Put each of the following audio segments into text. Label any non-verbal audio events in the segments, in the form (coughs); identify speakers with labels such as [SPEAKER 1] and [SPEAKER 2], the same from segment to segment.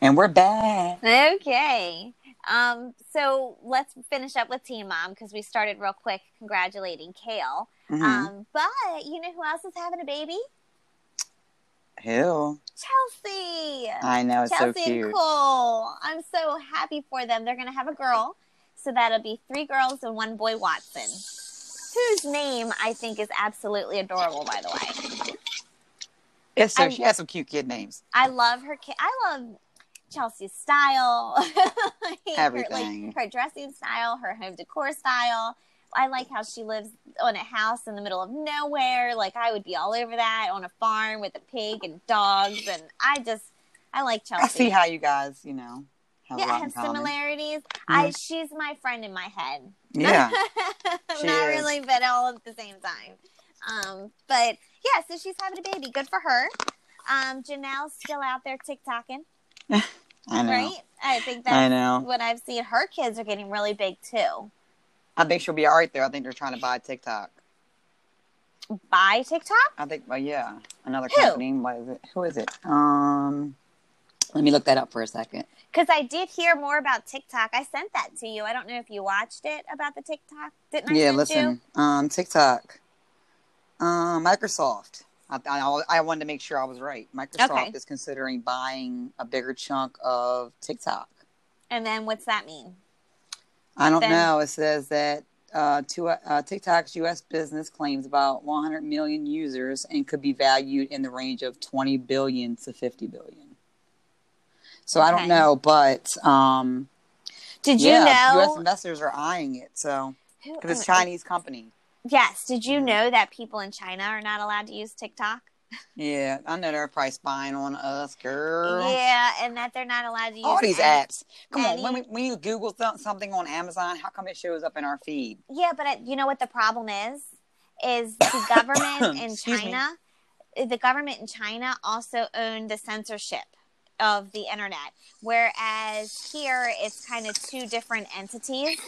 [SPEAKER 1] And we're back.
[SPEAKER 2] Okay. Um, so let's finish up with Teen Mom because we started real quick congratulating Kale.
[SPEAKER 1] Mhm.
[SPEAKER 2] Um, but you know who else is having a baby?
[SPEAKER 1] Who?
[SPEAKER 2] Chelsea.
[SPEAKER 1] I know it's
[SPEAKER 2] Chelsea
[SPEAKER 1] Oh, so cute.
[SPEAKER 2] and Cole. I'm so happy for them. They're gonna have a girl, so that'll be three girls and one boy Watson, whose name I think is absolutely adorable. By the way,
[SPEAKER 1] It's so
[SPEAKER 2] I'm-
[SPEAKER 1] she has some cute kid names.
[SPEAKER 2] I love her. Ki- I love Chelsea's style, (laughs) Like, Her,
[SPEAKER 1] Everything.
[SPEAKER 2] like, her dressing style, her home decor style. I like how she lives on a house in the middle of nowhere. Like I would be all over that on a farm with a pig and dogs, and I just I like Chelsea.
[SPEAKER 1] I see how you guys, you know, have a
[SPEAKER 2] Oh, yeah,
[SPEAKER 1] lot
[SPEAKER 2] have
[SPEAKER 1] in common.
[SPEAKER 2] similarities. I she's my friend in my head. (laughs)
[SPEAKER 1] Yeah.
[SPEAKER 2] not
[SPEAKER 1] she is.
[SPEAKER 2] really, but all at the same time. Um, but yeah, so she's having a baby. Good for her. Um, Janelle's still out there TikToking, (laughs)
[SPEAKER 1] I know.
[SPEAKER 2] right? I think
[SPEAKER 1] I
[SPEAKER 2] that's
[SPEAKER 1] know.
[SPEAKER 2] what I've seen. Her kids are getting really big too.
[SPEAKER 1] I think she'll be all right there. I think they're trying to buy TikTok.
[SPEAKER 2] By TikTok,
[SPEAKER 1] I think, well, yeah, another
[SPEAKER 2] Who?
[SPEAKER 1] company. What is it? Who is it? Um, let me look that up for a second.
[SPEAKER 2] because I did hear more about TikTok. I sent that to you. I don't know if you watched it about the TikTok. Didn't I?
[SPEAKER 1] yeah,
[SPEAKER 2] send You?
[SPEAKER 1] listen. Um, TikTok. Um, Microsoft. I, I I wanted to make sure I was right. Microsoft
[SPEAKER 2] Okay.
[SPEAKER 1] is considering buying a bigger chunk of TikTok.
[SPEAKER 2] And then what's that mean?
[SPEAKER 1] I don't
[SPEAKER 2] Then-
[SPEAKER 1] know. It says that uh, to, uh, TikTok's U.S. business claims about 100 million users and could be valued in the range of 20 billion to 50 billion. So I
[SPEAKER 2] Okay.
[SPEAKER 1] don't know, but um,
[SPEAKER 2] Did you
[SPEAKER 1] yeah, U.S.
[SPEAKER 2] know? Uh,
[SPEAKER 1] investors are eyeing it. So
[SPEAKER 2] who-
[SPEAKER 1] because it's a Chinese company.
[SPEAKER 2] Yes. Did you
[SPEAKER 1] Mhm.
[SPEAKER 2] know that people in China are not allowed to use TikTok?
[SPEAKER 1] Yeah, I know they're probably spying on us, girl.
[SPEAKER 2] Yeah, and that they're not allowed to use
[SPEAKER 1] Uh, All these
[SPEAKER 2] any-
[SPEAKER 1] apps. Come on, when, we,
[SPEAKER 2] any-
[SPEAKER 1] when you Google th- something on Amazon, how come it shows up in our feed?
[SPEAKER 2] Yeah, but it, you know what the problem is?
[SPEAKER 1] (coughs)
[SPEAKER 2] Is the government in
[SPEAKER 1] Excuse me.
[SPEAKER 2] China, eh, the government in China also own the censorship of the internet, whereas here it's kind of two different entities.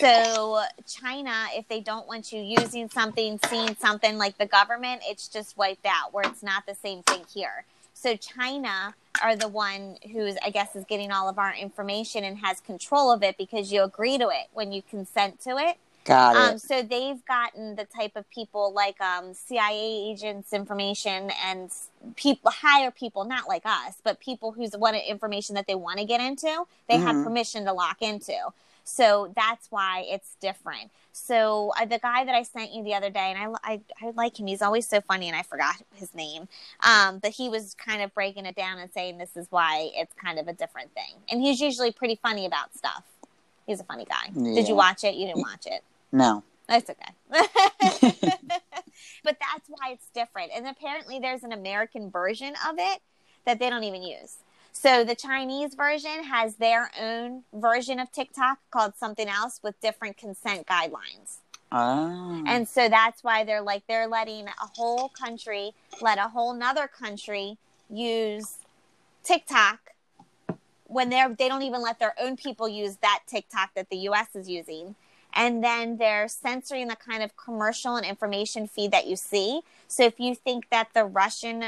[SPEAKER 2] So China, if they don't want you using something, seeing something like the government, it's just wiped out. Where it's not the same thing here. So China are the one who's I guess is getting all of our information and has control of it because you agree to it when you consent to it.
[SPEAKER 1] Got
[SPEAKER 2] Um, so they've gotten the type of people like um, CIA agents, information, and people higher people, not like us, but people who's want information that they want to get into. They have
[SPEAKER 1] Mhm.
[SPEAKER 2] permission to lock into. So that's why it's different. So uh, the guy that I sent you the other day, and I, I, I like him. He's always so funny, and I forgot his name. Um, but he was kind of breaking it down and saying this is why it's kind of a different thing. And he's usually pretty funny about stuff. He's a funny guy. Did
[SPEAKER 1] Yeah.
[SPEAKER 2] you watch it? You didn't watch it.
[SPEAKER 1] no.
[SPEAKER 2] That's okay. (laughs) but that's why it's different. And apparently, there's an American version of it that they don't even use. So the Chinese version has their own version of TikTok called something else with different consent guidelines.
[SPEAKER 1] Oh.
[SPEAKER 2] And so that's why they're like, they're letting a whole country let a whole nother country use TikTok when they're they don't even let their own people use that TikTok that the US is using. And then they're censoring the kind of commercial and information feed that you see. So if you think that the Russian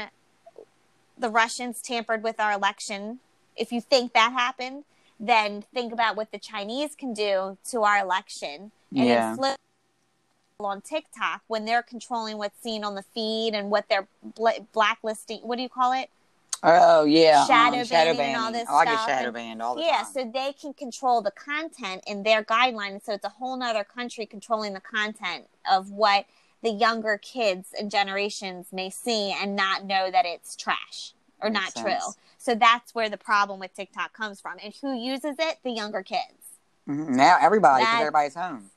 [SPEAKER 2] the Russians tampered with our election, if you think that happened, then think about what the Chinese can do to our election and
[SPEAKER 1] Yeah.
[SPEAKER 2] inflict on TikTok when they're controlling what's seen on the feed and what they're bla- blacklisting. What do you call it?
[SPEAKER 1] Oh yeah,
[SPEAKER 2] Shadow
[SPEAKER 1] shadow
[SPEAKER 2] banning and all this
[SPEAKER 1] Oh, I get
[SPEAKER 2] stuff
[SPEAKER 1] shadow
[SPEAKER 2] and-
[SPEAKER 1] banned all the
[SPEAKER 2] yeah,
[SPEAKER 1] time.
[SPEAKER 2] so they can control the content in their guidelines. So it's a whole nother country controlling the content of what the younger kids and generations may see and not know that it's trash or
[SPEAKER 1] Makes
[SPEAKER 2] not
[SPEAKER 1] sense.
[SPEAKER 2] true. So that's where the problem with TikTok comes from. And who uses it? The younger kids.
[SPEAKER 1] Mhm. Now everybody, 'cause
[SPEAKER 2] That-
[SPEAKER 1] everybody's home.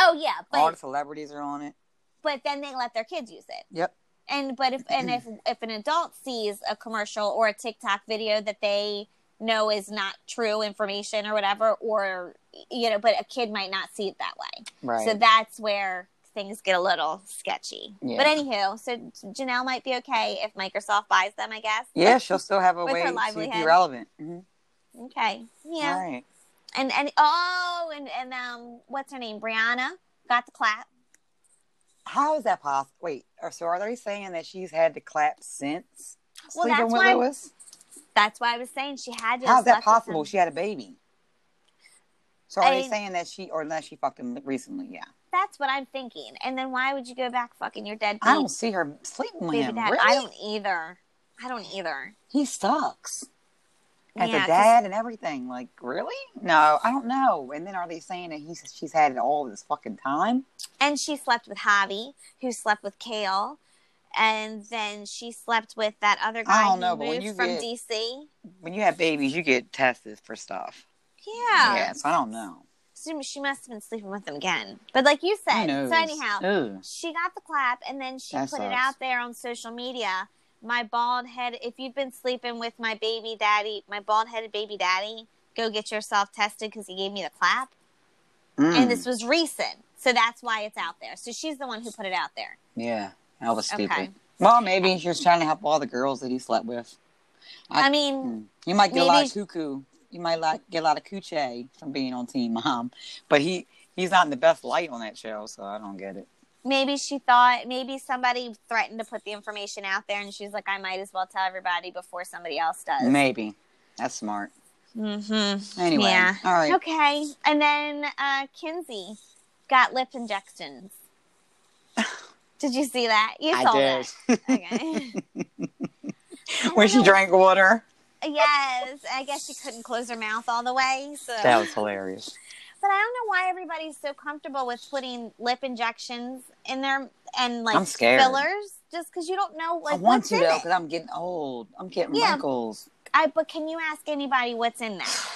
[SPEAKER 2] Oh yeah,
[SPEAKER 1] all
[SPEAKER 2] but
[SPEAKER 1] the celebrities are on it.
[SPEAKER 2] but then they let their kids use it.
[SPEAKER 1] Yep.
[SPEAKER 2] And but if
[SPEAKER 1] (clears throat)
[SPEAKER 2] and if if an adult sees a commercial or a TikTok video that they know is not true information or whatever, or you know, but a kid might not see it that way.
[SPEAKER 1] Right.
[SPEAKER 2] So that's where things get a little sketchy.
[SPEAKER 1] Yeah.
[SPEAKER 2] But anywho, so Janelle might be okay if Microsoft buys them, I guess.
[SPEAKER 1] yeah, she'll still have a
[SPEAKER 2] With her
[SPEAKER 1] way to be
[SPEAKER 2] livelihood.
[SPEAKER 1] relevant. Mhm.
[SPEAKER 2] Okay. Yeah.
[SPEAKER 1] All right.
[SPEAKER 2] And and oh, and and um, what's her name? Brianna got the clap.
[SPEAKER 1] How is that possible? Wait, are- so are they saying that she's had to clap since
[SPEAKER 2] Well,
[SPEAKER 1] sleeping
[SPEAKER 2] that's
[SPEAKER 1] with
[SPEAKER 2] why-
[SPEAKER 1] Lewis?
[SPEAKER 2] That's why I was saying she had. to have
[SPEAKER 1] How's that
[SPEAKER 2] slept with
[SPEAKER 1] possible?
[SPEAKER 2] him.
[SPEAKER 1] She had a baby. So are
[SPEAKER 2] I
[SPEAKER 1] they
[SPEAKER 2] mean-
[SPEAKER 1] saying that she, or unless she fucked him recently? Yeah,
[SPEAKER 2] That's what I'm thinking. And then why would you go back fucking your dead
[SPEAKER 1] I
[SPEAKER 2] baby-
[SPEAKER 1] don't see her sleeping with
[SPEAKER 2] baby
[SPEAKER 1] him.
[SPEAKER 2] dad?
[SPEAKER 1] Really?
[SPEAKER 2] I don't either. I don't either.
[SPEAKER 1] He sucks as
[SPEAKER 2] Yeah,
[SPEAKER 1] a
[SPEAKER 2] 'cause-
[SPEAKER 1] dad and everything. Like, really? No, I don't know. And then are they saying that he's she's had it all this fucking time?
[SPEAKER 2] And she slept with Javi, who slept with Kale, and then she slept with that other guy.
[SPEAKER 1] don't
[SPEAKER 2] who
[SPEAKER 1] know, but when
[SPEAKER 2] moved
[SPEAKER 1] you
[SPEAKER 2] from
[SPEAKER 1] get-
[SPEAKER 2] DC.
[SPEAKER 1] When you have babies, you get tested for stuff.
[SPEAKER 2] Yeah.
[SPEAKER 1] Yeah, so I don't know.
[SPEAKER 2] So she must have been sleeping with him again. But like you
[SPEAKER 1] Who
[SPEAKER 2] said,
[SPEAKER 1] knows?
[SPEAKER 2] so anyhow,
[SPEAKER 1] Ew.
[SPEAKER 2] she got the clap and then she
[SPEAKER 1] That
[SPEAKER 2] put it
[SPEAKER 1] sucks.
[SPEAKER 2] out there on social media my bald head if you've been sleeping with my baby daddy my bald headed baby daddy go get yourself tested because he gave me the clap
[SPEAKER 1] Mm.
[SPEAKER 2] and this was recent so that's why it's out there so she's the one who put it out there
[SPEAKER 1] Yeah, that was stupid.
[SPEAKER 2] Okay.
[SPEAKER 1] Well, maybe she was trying to help all the girls that he slept with. I-
[SPEAKER 2] i, mean
[SPEAKER 1] Hmm. You might get a lot of
[SPEAKER 2] Mm. Maybe-
[SPEAKER 1] cuckoo. You might like get a lot of coochie from being on Team Mom, but he he's not in the best light on that show, so I don't get it.
[SPEAKER 2] maybe she thought maybe somebody threatened to put the information out there and she's like i might as well tell everybody before somebody else does
[SPEAKER 1] Maybe that's smart.
[SPEAKER 2] mm-hmm.
[SPEAKER 1] Anyway,
[SPEAKER 2] Yeah.
[SPEAKER 1] all right.
[SPEAKER 2] Okay. And then uh, Kinsey got lip
[SPEAKER 1] (sighs)
[SPEAKER 2] injections. did you see that? You saw
[SPEAKER 1] I
[SPEAKER 2] that.
[SPEAKER 1] (laughs)
[SPEAKER 2] Okay. I
[SPEAKER 1] When
[SPEAKER 2] don't
[SPEAKER 1] she
[SPEAKER 2] know-
[SPEAKER 1] drank water,
[SPEAKER 2] Yes. I guess she couldn't close her mouth all the way. So.
[SPEAKER 1] that was hilarious.
[SPEAKER 2] But I don't know why everybody's so comfortable with putting lip injections in their and like
[SPEAKER 1] I'm scared.
[SPEAKER 2] fillers just because you don't know like
[SPEAKER 1] I want
[SPEAKER 2] what's
[SPEAKER 1] to
[SPEAKER 2] in
[SPEAKER 1] though
[SPEAKER 2] it.
[SPEAKER 1] because I'm getting old. I'm getting
[SPEAKER 2] Yeah.
[SPEAKER 1] wrinkles.
[SPEAKER 2] I but can you ask anybody what's in that?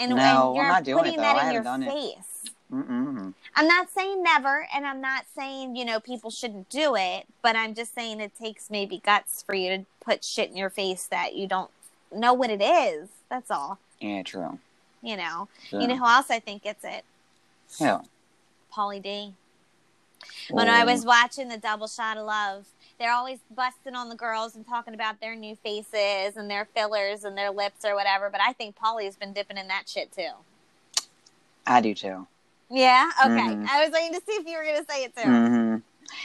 [SPEAKER 2] And,
[SPEAKER 1] No, I'm
[SPEAKER 2] and you're
[SPEAKER 1] not doing it,
[SPEAKER 2] putting
[SPEAKER 1] though.
[SPEAKER 2] that
[SPEAKER 1] I haven't
[SPEAKER 2] in your
[SPEAKER 1] done it.
[SPEAKER 2] face.
[SPEAKER 1] Mm-mm.
[SPEAKER 2] I'm not saying never, and I'm not saying, you know, people shouldn't do it, but I'm just saying it takes maybe guts for you to put shit in your face that you don't know what it is. That's all.
[SPEAKER 1] Yeah, true.
[SPEAKER 2] You know.
[SPEAKER 1] So,
[SPEAKER 2] You know who else I think gets it?
[SPEAKER 1] yeah.
[SPEAKER 2] Pauly D. When I
[SPEAKER 1] Ooh.
[SPEAKER 2] was watching the double shot of love, they're always busting on the girls and talking about their new faces and their fillers and their lips or whatever, but I think Pauly's been dipping in that shit too.
[SPEAKER 1] I do too.
[SPEAKER 2] Yeah? Okay.
[SPEAKER 1] Mhm.
[SPEAKER 2] I was waiting to see if you were gonna say it too.
[SPEAKER 1] hmm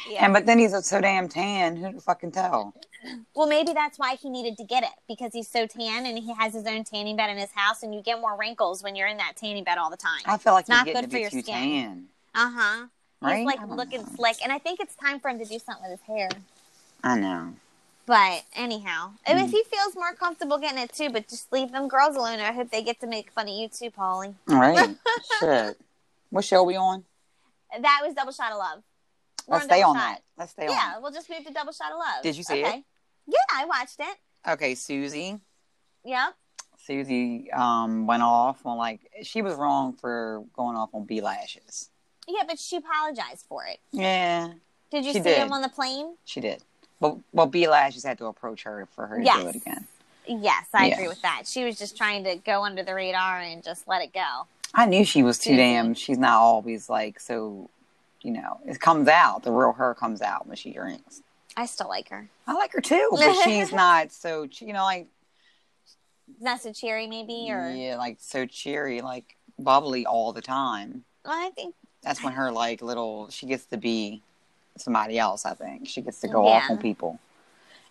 [SPEAKER 2] Yeah.
[SPEAKER 1] And but then he's so damn tan. Who the fuck can tell?
[SPEAKER 2] Well, maybe that's why he needed to get it because he's so tan and he has his own tanning bed in his house, and you get more wrinkles when you're in that tanning bed all the time.
[SPEAKER 1] I feel like he's
[SPEAKER 2] Not
[SPEAKER 1] getting
[SPEAKER 2] good
[SPEAKER 1] to
[SPEAKER 2] for
[SPEAKER 1] be
[SPEAKER 2] your
[SPEAKER 1] too
[SPEAKER 2] skin.
[SPEAKER 1] tan.
[SPEAKER 2] Uh huh.
[SPEAKER 1] Right?
[SPEAKER 2] He's
[SPEAKER 1] I
[SPEAKER 2] like
[SPEAKER 1] don't
[SPEAKER 2] looking
[SPEAKER 1] know.
[SPEAKER 2] slick, and I think it's time for him to do something with his hair.
[SPEAKER 1] I know.
[SPEAKER 2] But anyhow, and if
[SPEAKER 1] Mm.
[SPEAKER 2] he feels more comfortable getting it too, but just leave them girls alone. I hope they get to make fun of you too, Polly.
[SPEAKER 1] All right.
[SPEAKER 2] (laughs)
[SPEAKER 1] Shit. What show we on?
[SPEAKER 2] That was double shot of love. We're
[SPEAKER 1] Let's stay
[SPEAKER 2] Double
[SPEAKER 1] on
[SPEAKER 2] Shot.
[SPEAKER 1] that. Let's stay on
[SPEAKER 2] Yeah,
[SPEAKER 1] that.
[SPEAKER 2] we'll just move to double shot of love.
[SPEAKER 1] Did you see it?
[SPEAKER 2] okay. Yeah, I watched it.
[SPEAKER 1] Okay, Susie.
[SPEAKER 2] Yep.
[SPEAKER 1] Susie um, went off on like she was wrong for going off on B lashes.
[SPEAKER 2] Yeah, but she apologized for it.
[SPEAKER 1] Yeah,
[SPEAKER 2] Did you
[SPEAKER 1] She
[SPEAKER 2] see
[SPEAKER 1] did.
[SPEAKER 2] him on the plane?
[SPEAKER 1] she did. But well, B lashes had to approach her for her to
[SPEAKER 2] Yes.
[SPEAKER 1] do it again.
[SPEAKER 2] Yes, I
[SPEAKER 1] Yeah.
[SPEAKER 2] agree with that. She was just trying to go under the radar and just let it go.
[SPEAKER 1] I knew she was too
[SPEAKER 2] Susie.
[SPEAKER 1] damn. She's not always like so. You know, it comes out. The real her comes out when she drinks.
[SPEAKER 2] I still like her.
[SPEAKER 1] I like her too, but
[SPEAKER 2] (laughs)
[SPEAKER 1] she's not so. You know, like
[SPEAKER 2] Not so cheery, maybe, or
[SPEAKER 1] yeah, like so cheery, like bubbly all the time.
[SPEAKER 2] well, I think
[SPEAKER 1] That's when her like little she gets to be somebody else. I think she gets to go off
[SPEAKER 2] Yeah.
[SPEAKER 1] on people,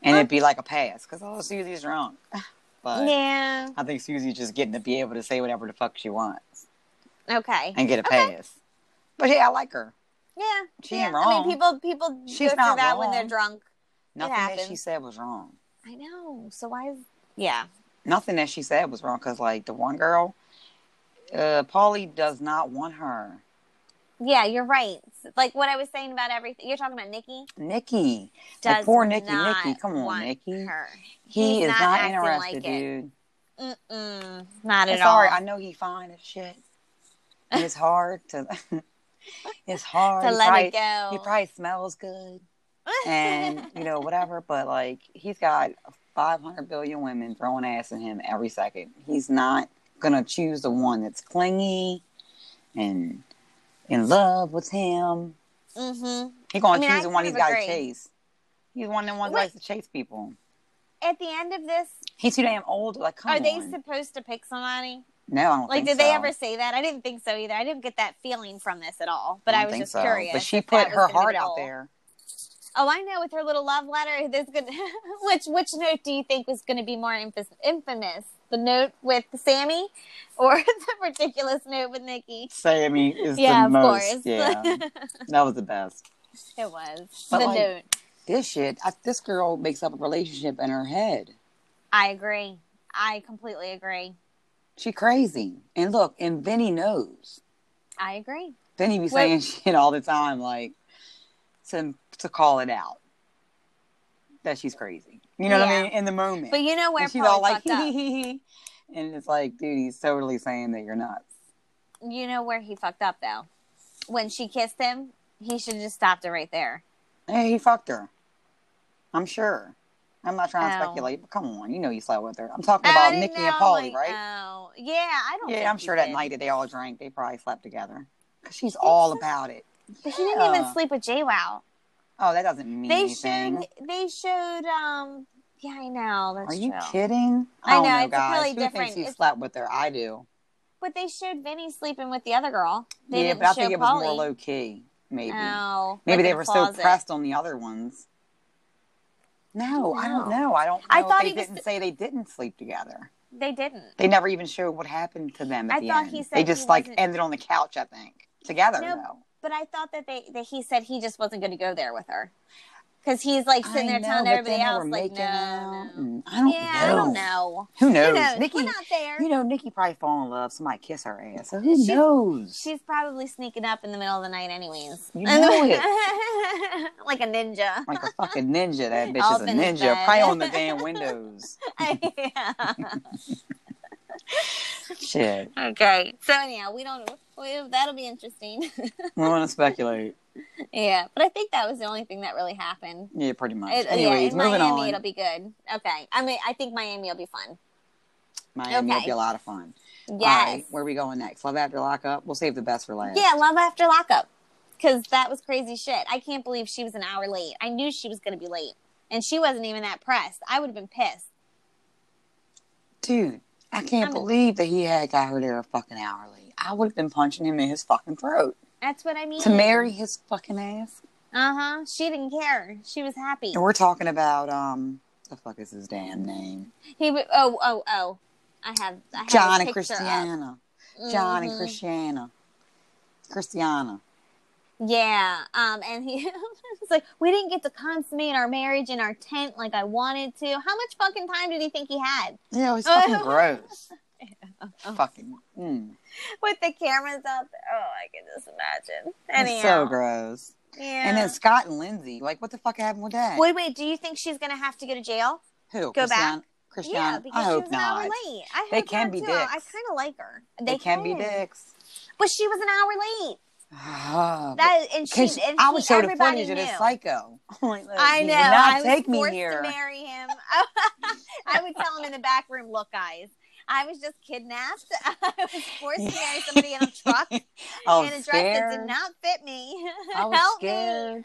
[SPEAKER 1] and it'd be like a pass because oh Susie's
[SPEAKER 2] (laughs)
[SPEAKER 1] drunk, but
[SPEAKER 2] yeah.
[SPEAKER 1] I think Susie's just getting to be able to say whatever the fuck she wants
[SPEAKER 2] Okay,
[SPEAKER 1] and get a
[SPEAKER 2] Okay.
[SPEAKER 1] pass. But yeah, I like her.
[SPEAKER 2] yeah.
[SPEAKER 1] She
[SPEAKER 2] yeah.
[SPEAKER 1] ain't
[SPEAKER 2] I mean,
[SPEAKER 1] wrong.
[SPEAKER 2] people people
[SPEAKER 1] She's
[SPEAKER 2] go through
[SPEAKER 1] not
[SPEAKER 2] that when they're
[SPEAKER 1] wrong.
[SPEAKER 2] drunk.
[SPEAKER 1] Nothing that she
[SPEAKER 2] happens.
[SPEAKER 1] said was wrong.
[SPEAKER 2] I know. So why? Is... Yeah.
[SPEAKER 1] Nothing that she said was wrong because like the one girl, uh, Paulie does not want her.
[SPEAKER 2] Yeah, you're right. Like what I was saying about everything. You're talking about Nikki.
[SPEAKER 1] Nikki,
[SPEAKER 2] Does
[SPEAKER 1] like poor Nikki.
[SPEAKER 2] not
[SPEAKER 1] Nikki, come on,
[SPEAKER 2] want
[SPEAKER 1] Nikki.
[SPEAKER 2] Her.
[SPEAKER 1] He
[SPEAKER 2] He's
[SPEAKER 1] is
[SPEAKER 2] not
[SPEAKER 1] not,
[SPEAKER 2] acting like
[SPEAKER 1] interested,
[SPEAKER 2] it.
[SPEAKER 1] dude.
[SPEAKER 2] Mm-mm, not at
[SPEAKER 1] sorry,
[SPEAKER 2] all.
[SPEAKER 1] I know he fine as shit. And it's hard to. (laughs) it's hard
[SPEAKER 2] (laughs) to
[SPEAKER 1] He
[SPEAKER 2] let
[SPEAKER 1] probably,
[SPEAKER 2] it go.
[SPEAKER 1] He
[SPEAKER 2] (laughs)
[SPEAKER 1] probably smells good and you know whatever, but like he's got 500 billion women throwing ass in him every second. He's not gonna choose the one that's clingy and in love with him.
[SPEAKER 2] mm-hmm.
[SPEAKER 1] He's gonna
[SPEAKER 2] I mean,
[SPEAKER 1] choose
[SPEAKER 2] I
[SPEAKER 1] the one
[SPEAKER 2] kind
[SPEAKER 1] he's
[SPEAKER 2] of
[SPEAKER 1] got to
[SPEAKER 2] agree.
[SPEAKER 1] chase. He's one of the ones that
[SPEAKER 2] Wait.
[SPEAKER 1] likes to chase people.
[SPEAKER 2] At the end of this,
[SPEAKER 1] He's too damn old. Like, come
[SPEAKER 2] are they
[SPEAKER 1] on.
[SPEAKER 2] supposed to pick somebody?
[SPEAKER 1] no, I don't
[SPEAKER 2] Like,
[SPEAKER 1] think
[SPEAKER 2] did they
[SPEAKER 1] so.
[SPEAKER 2] ever say that? I didn't think so either. I didn't get that feeling from this at all. But
[SPEAKER 1] don't
[SPEAKER 2] I was
[SPEAKER 1] think
[SPEAKER 2] just
[SPEAKER 1] so.
[SPEAKER 2] curious.
[SPEAKER 1] But she
[SPEAKER 2] if
[SPEAKER 1] put
[SPEAKER 2] that was
[SPEAKER 1] her
[SPEAKER 2] gonna be
[SPEAKER 1] heart
[SPEAKER 2] the
[SPEAKER 1] out
[SPEAKER 2] goal.
[SPEAKER 1] there.
[SPEAKER 2] Oh, I know. With her little love letter, there's good. (laughs) which which note do you think was going to be more infamous, infamous? The note with Sammy, or (laughs) the ridiculous note with Nikki?
[SPEAKER 1] Sammy is
[SPEAKER 2] Yeah,
[SPEAKER 1] the
[SPEAKER 2] of
[SPEAKER 1] most.
[SPEAKER 2] course. (laughs)
[SPEAKER 1] Yeah, that was the best.
[SPEAKER 2] It was
[SPEAKER 1] But,
[SPEAKER 2] the
[SPEAKER 1] like-
[SPEAKER 2] note.
[SPEAKER 1] This shit, I, this girl makes up a relationship in her head.
[SPEAKER 2] I agree. I completely agree.
[SPEAKER 1] She crazy. And look, and Vinny knows.
[SPEAKER 2] I agree.
[SPEAKER 1] Vinny be
[SPEAKER 2] Wait.
[SPEAKER 1] saying (laughs) shit all the time, like to to call it out that she's crazy. You know what
[SPEAKER 2] Yeah.
[SPEAKER 1] I mean? In the moment,
[SPEAKER 2] But you know where
[SPEAKER 1] and she's
[SPEAKER 2] Paul
[SPEAKER 1] all like,
[SPEAKER 2] fucked up.
[SPEAKER 1] (laughs) and it's like, dude, he's totally saying that you're nuts. (laughs)
[SPEAKER 2] You know where he fucked up though. When she kissed him, he should have just stopped it right there.
[SPEAKER 1] Hey, he fucked her. I'm sure. I'm not trying to
[SPEAKER 2] Oh.
[SPEAKER 1] speculate, but come on, you know you slept with her. I'm talking
[SPEAKER 2] Oh, I
[SPEAKER 1] about
[SPEAKER 2] didn't
[SPEAKER 1] Nikki
[SPEAKER 2] know,
[SPEAKER 1] and Polly,
[SPEAKER 2] like,
[SPEAKER 1] right?
[SPEAKER 2] Oh, yeah. I don't. think
[SPEAKER 1] yeah, I'm
[SPEAKER 2] he
[SPEAKER 1] sure that
[SPEAKER 2] did.
[SPEAKER 1] night that they all drank, they probably slept together. Cause she's
[SPEAKER 2] think
[SPEAKER 1] all
[SPEAKER 2] so?
[SPEAKER 1] about it.
[SPEAKER 2] But he didn't even
[SPEAKER 1] Yeah.
[SPEAKER 2] sleep with Jay Wow.
[SPEAKER 1] Oh, that doesn't mean
[SPEAKER 2] They
[SPEAKER 1] anything.
[SPEAKER 2] showed. They showed. Um. Yeah, I know. That's
[SPEAKER 1] Are you
[SPEAKER 2] true.
[SPEAKER 1] kidding?
[SPEAKER 2] I
[SPEAKER 1] don't
[SPEAKER 2] know, it's really
[SPEAKER 1] Who
[SPEAKER 2] different.
[SPEAKER 1] thinks he
[SPEAKER 2] It's-
[SPEAKER 1] slept with her? I do.
[SPEAKER 2] But they showed Vinny sleeping with the other girl. They
[SPEAKER 1] yeah,
[SPEAKER 2] didn't
[SPEAKER 1] but I
[SPEAKER 2] show
[SPEAKER 1] think it was
[SPEAKER 2] Polly.
[SPEAKER 1] more low key. Maybe.
[SPEAKER 2] Oh,
[SPEAKER 1] maybe
[SPEAKER 2] like
[SPEAKER 1] they
[SPEAKER 2] in
[SPEAKER 1] were
[SPEAKER 2] closet.
[SPEAKER 1] so pressed on the other ones. No, I don't
[SPEAKER 2] No.
[SPEAKER 1] know. I don't. Know
[SPEAKER 2] I
[SPEAKER 1] if
[SPEAKER 2] thought
[SPEAKER 1] they
[SPEAKER 2] he was-
[SPEAKER 1] didn't say they didn't sleep together.
[SPEAKER 2] They didn't.
[SPEAKER 1] They never even showed what happened to them. At
[SPEAKER 2] I
[SPEAKER 1] the
[SPEAKER 2] thought
[SPEAKER 1] end.
[SPEAKER 2] he
[SPEAKER 1] they
[SPEAKER 2] said
[SPEAKER 1] just
[SPEAKER 2] he
[SPEAKER 1] like
[SPEAKER 2] wasn't-
[SPEAKER 1] ended on the couch. I think together
[SPEAKER 2] No,
[SPEAKER 1] though.
[SPEAKER 2] But I thought that they that he said he just wasn't going to go there with her because he's like sitting
[SPEAKER 1] I
[SPEAKER 2] there
[SPEAKER 1] know,
[SPEAKER 2] telling
[SPEAKER 1] but
[SPEAKER 2] everybody
[SPEAKER 1] then they
[SPEAKER 2] else
[SPEAKER 1] were
[SPEAKER 2] like,
[SPEAKER 1] making
[SPEAKER 2] no,
[SPEAKER 1] out,
[SPEAKER 2] no.
[SPEAKER 1] and I don't
[SPEAKER 2] yeah,
[SPEAKER 1] know.
[SPEAKER 2] I don't know.
[SPEAKER 1] Who knows?
[SPEAKER 2] Who knows?
[SPEAKER 1] Nikki,
[SPEAKER 2] We're not there.
[SPEAKER 1] you know, Nikki probably fall in love. Somebody kiss her ass. So who
[SPEAKER 2] She's-
[SPEAKER 1] knows?
[SPEAKER 2] She's probably sneaking up in the middle of the night, anyways.
[SPEAKER 1] You know
[SPEAKER 2] (laughs) like a ninja. (laughs)
[SPEAKER 1] like a fucking ninja. That bitch
[SPEAKER 2] All
[SPEAKER 1] is a
[SPEAKER 2] up in
[SPEAKER 1] ninja.
[SPEAKER 2] his bed.
[SPEAKER 1] Probably on the
[SPEAKER 2] (laughs)
[SPEAKER 1] damn windows.
[SPEAKER 2] Yeah.
[SPEAKER 1] Shit.
[SPEAKER 2] Okay. So anyhow, we don't. We, that'll be interesting. (laughs)
[SPEAKER 1] I want to speculate.
[SPEAKER 2] yeah, but I think that was the only thing that really happened.
[SPEAKER 1] Yeah, pretty much.
[SPEAKER 2] It, yeah,
[SPEAKER 1] Anyways,
[SPEAKER 2] in
[SPEAKER 1] moving
[SPEAKER 2] Miami,
[SPEAKER 1] on.
[SPEAKER 2] it'll be good. Okay. I mean, I think Miami will be fun.
[SPEAKER 1] Miami will
[SPEAKER 2] okay.
[SPEAKER 1] be a lot of fun. All
[SPEAKER 2] Yes.
[SPEAKER 1] right, where are we going next? Love after lockup. We'll save the best for last.
[SPEAKER 2] Yeah, love after lockup. Because that was crazy shit. I can't believe she was an hour late. I knew she was going to be late. And she wasn't even that pressed. I would have been pissed.
[SPEAKER 1] Dude, I can't
[SPEAKER 2] I'm-
[SPEAKER 1] believe that he had got her there a fucking hour late. I would have been punching him in his fucking throat
[SPEAKER 2] That's what I mean.
[SPEAKER 1] to marry his fucking ass.
[SPEAKER 2] Uh huh. She didn't care. She was happy.
[SPEAKER 1] And we're talking about um, the fuck is his damn name?
[SPEAKER 2] He. w- Oh, oh, oh. I have. I have
[SPEAKER 1] John
[SPEAKER 2] his
[SPEAKER 1] and
[SPEAKER 2] picture up.
[SPEAKER 1] Christiana. John and
[SPEAKER 2] Mhm.
[SPEAKER 1] Christiana. Christiana.
[SPEAKER 2] Yeah. Um. And he (laughs) was like, we didn't get to consummate our marriage in our tent like I wanted to. How much fucking time did he think he had
[SPEAKER 1] Yeah,
[SPEAKER 2] (laughs) Oh.
[SPEAKER 1] it's fucking gross. Fucking, mm.
[SPEAKER 2] with the cameras out there? Oh, I can just imagine.
[SPEAKER 1] it's
[SPEAKER 2] Anyhow.
[SPEAKER 1] so gross.
[SPEAKER 2] Yeah.
[SPEAKER 1] And then Scott and Lindsay, like, what the fuck happened with that?
[SPEAKER 2] Wait, wait. Do you think she's gonna have to go to jail?
[SPEAKER 1] Who? Go
[SPEAKER 2] back?
[SPEAKER 1] Christian?
[SPEAKER 2] yeah, because
[SPEAKER 1] I
[SPEAKER 2] she
[SPEAKER 1] hope
[SPEAKER 2] was an hour
[SPEAKER 1] not.
[SPEAKER 2] late. I
[SPEAKER 1] They
[SPEAKER 2] hope
[SPEAKER 1] can
[SPEAKER 2] not,
[SPEAKER 1] be
[SPEAKER 2] too. I kind
[SPEAKER 1] dicks.
[SPEAKER 2] of like her.
[SPEAKER 1] They, can be dicks.
[SPEAKER 2] but she was an hour late.
[SPEAKER 1] Ah,
[SPEAKER 2] That and she.
[SPEAKER 1] because
[SPEAKER 2] And
[SPEAKER 1] I would
[SPEAKER 2] he-
[SPEAKER 1] show the
[SPEAKER 2] everybody
[SPEAKER 1] footage of this
[SPEAKER 2] knew.
[SPEAKER 1] psycho. (laughs) I'm like, look,
[SPEAKER 2] I
[SPEAKER 1] you
[SPEAKER 2] know.
[SPEAKER 1] did not
[SPEAKER 2] I was
[SPEAKER 1] take me
[SPEAKER 2] forced
[SPEAKER 1] here.
[SPEAKER 2] to marry him. (laughs) I would tell him in the back room, "Look, guys, I was just kidnapped. (laughs) I was forced to marry somebody in a truck
[SPEAKER 1] (laughs) I was
[SPEAKER 2] in a dress
[SPEAKER 1] scared.
[SPEAKER 2] that did not fit me. (laughs)
[SPEAKER 1] I was
[SPEAKER 2] Help me." (laughs)
[SPEAKER 1] scared.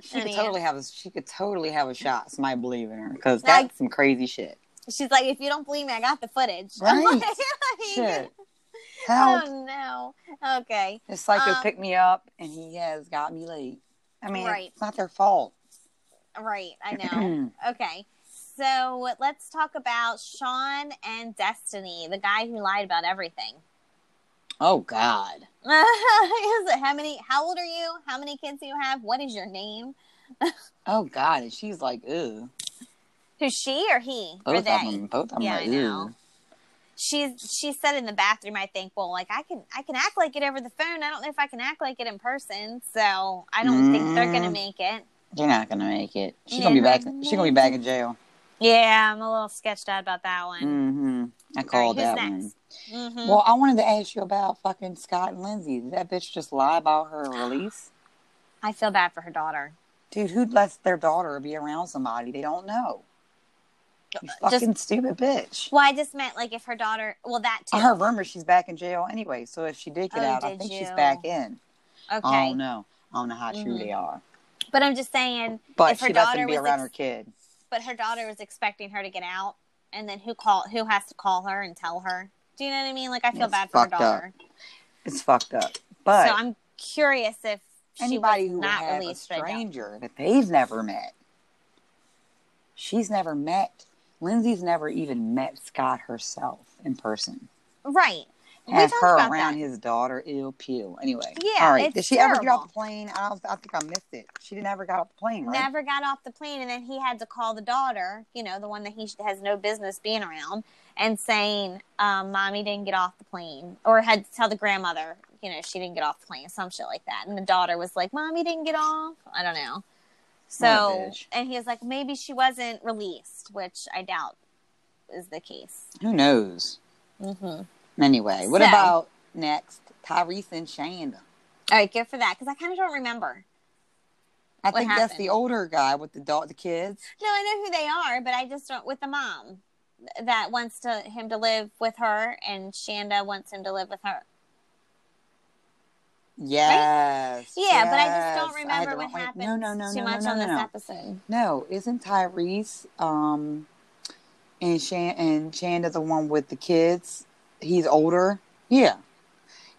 [SPEAKER 1] She could
[SPEAKER 2] Anyhow.
[SPEAKER 1] totally have a she could totally have a shot. Somebody believe in her because
[SPEAKER 2] Like-
[SPEAKER 1] that's some crazy shit.
[SPEAKER 2] She's like, "If you don't believe me, I got the footage." (laughs) I'm
[SPEAKER 1] Right.
[SPEAKER 2] like,
[SPEAKER 1] Shit, help!
[SPEAKER 2] Oh no. Okay.
[SPEAKER 1] It's like
[SPEAKER 2] Um,
[SPEAKER 1] he'll pick me up, and he has got me late. I mean,
[SPEAKER 2] Right.
[SPEAKER 1] it's not their
[SPEAKER 2] (clears throat)
[SPEAKER 1] fault.
[SPEAKER 2] Right.
[SPEAKER 1] (clears throat)
[SPEAKER 2] I know. okay. So let's talk about Sean and Destiny, the guy who lied about everything.
[SPEAKER 1] oh God,
[SPEAKER 2] (laughs) He was like, how many? How old are you? How many kids do you have? What is your name?
[SPEAKER 1] oh God! And she's like, "Ooh,
[SPEAKER 2] Who's she or he
[SPEAKER 1] both
[SPEAKER 2] or
[SPEAKER 1] of
[SPEAKER 2] they?
[SPEAKER 1] them, both of them
[SPEAKER 2] Yeah,
[SPEAKER 1] are
[SPEAKER 2] I know.
[SPEAKER 1] ooh."
[SPEAKER 2] She's she said in the bathroom. I think. Well, like I can I can act like it over the phone. I don't know if I can act like it in person. So I don't think they're gonna
[SPEAKER 1] Mm.
[SPEAKER 2] make it.
[SPEAKER 1] You're not gonna make it. She's
[SPEAKER 2] You're
[SPEAKER 1] gonna be back.
[SPEAKER 2] not
[SPEAKER 1] She's
[SPEAKER 2] gonna
[SPEAKER 1] gonna be
[SPEAKER 2] make
[SPEAKER 1] back in jail.
[SPEAKER 2] Yeah, I'm a little sketched out about that one.
[SPEAKER 1] hmm I called
[SPEAKER 2] who's
[SPEAKER 1] that
[SPEAKER 2] next?
[SPEAKER 1] one.
[SPEAKER 2] hmm
[SPEAKER 1] Well, I wanted to ask you about fucking Scott and Lindsay. Did that bitch just lie about her release?
[SPEAKER 2] I feel bad for her daughter.
[SPEAKER 1] Dude, who lets their daughter be around somebody they don't know? You fucking stupid bitch.
[SPEAKER 2] Well, I just meant like if her daughter. Well, that too.
[SPEAKER 1] I heard rumors she's back in jail anyway. So if she did get
[SPEAKER 2] Oh,
[SPEAKER 1] out, I
[SPEAKER 2] did
[SPEAKER 1] think she's
[SPEAKER 2] you?
[SPEAKER 1] back in. I
[SPEAKER 2] okay,
[SPEAKER 1] don't know. I don't know how true
[SPEAKER 2] Mhm.
[SPEAKER 1] they are.
[SPEAKER 2] but I'm just saying.
[SPEAKER 1] But
[SPEAKER 2] If her
[SPEAKER 1] she lets
[SPEAKER 2] daughter
[SPEAKER 1] them be
[SPEAKER 2] was
[SPEAKER 1] around
[SPEAKER 2] ex-
[SPEAKER 1] her kid.
[SPEAKER 2] But her daughter was expecting her to get out, and then who call? Who has to call her and tell her? Do you know what I mean? Like I feel
[SPEAKER 1] That's
[SPEAKER 2] bad for her
[SPEAKER 1] fucked up.
[SPEAKER 2] daughter.
[SPEAKER 1] It's fucked up. But
[SPEAKER 2] so I'm curious if
[SPEAKER 1] anybody
[SPEAKER 2] was
[SPEAKER 1] who would
[SPEAKER 2] not
[SPEAKER 1] have a
[SPEAKER 2] released right now.
[SPEAKER 1] stranger that they've never met. She's never met. Lindsay's never even met Scott herself in person.
[SPEAKER 2] Right. We
[SPEAKER 1] Have
[SPEAKER 2] talked
[SPEAKER 1] her
[SPEAKER 2] about
[SPEAKER 1] around
[SPEAKER 2] that.
[SPEAKER 1] his daughter, ill pew. Anyway,
[SPEAKER 2] Yeah,
[SPEAKER 1] all right.
[SPEAKER 2] it's
[SPEAKER 1] Did she ever get
[SPEAKER 2] terrible.
[SPEAKER 1] off the plane? I, don't, I think I missed it. She didn't ever get off the plane, right?
[SPEAKER 2] Never got off the plane, and then he had to call the daughter, you know, the one that he sh- has no business being around, and saying, um, "Mommy didn't get off the plane," or had to tell the grandmother, you know, she didn't get off the plane, some shit like that. And the daughter was like, "Mommy didn't get off." I don't know. So,
[SPEAKER 1] bitch.
[SPEAKER 2] and he was like, "Maybe she wasn't released," which I doubt is the case.
[SPEAKER 1] Who knows?
[SPEAKER 2] Mm-hmm. All
[SPEAKER 1] Anyway, what
[SPEAKER 2] So-
[SPEAKER 1] about next? Tyrese and Shanda.
[SPEAKER 2] right, good for that because I kind of don't remember.
[SPEAKER 1] I
[SPEAKER 2] What
[SPEAKER 1] think that's
[SPEAKER 2] happened?
[SPEAKER 1] the older guy with the dog, the kids.
[SPEAKER 2] No, I know who they are, but I just don't with the mom th- that wants to him to live with her and Shanda wants him to live with her.
[SPEAKER 1] Yes.
[SPEAKER 2] Yeah, but I just
[SPEAKER 1] yes.
[SPEAKER 2] don't
[SPEAKER 1] I had
[SPEAKER 2] remember
[SPEAKER 1] the
[SPEAKER 2] what
[SPEAKER 1] wrong- wait,
[SPEAKER 2] happened
[SPEAKER 1] No, no, no,
[SPEAKER 2] too
[SPEAKER 1] no,
[SPEAKER 2] much
[SPEAKER 1] no,
[SPEAKER 2] on
[SPEAKER 1] no,
[SPEAKER 2] this
[SPEAKER 1] no.
[SPEAKER 2] episode.
[SPEAKER 1] No, isn't Tyrese um and Shan and Shanda the one with the kids? He's older. Yeah,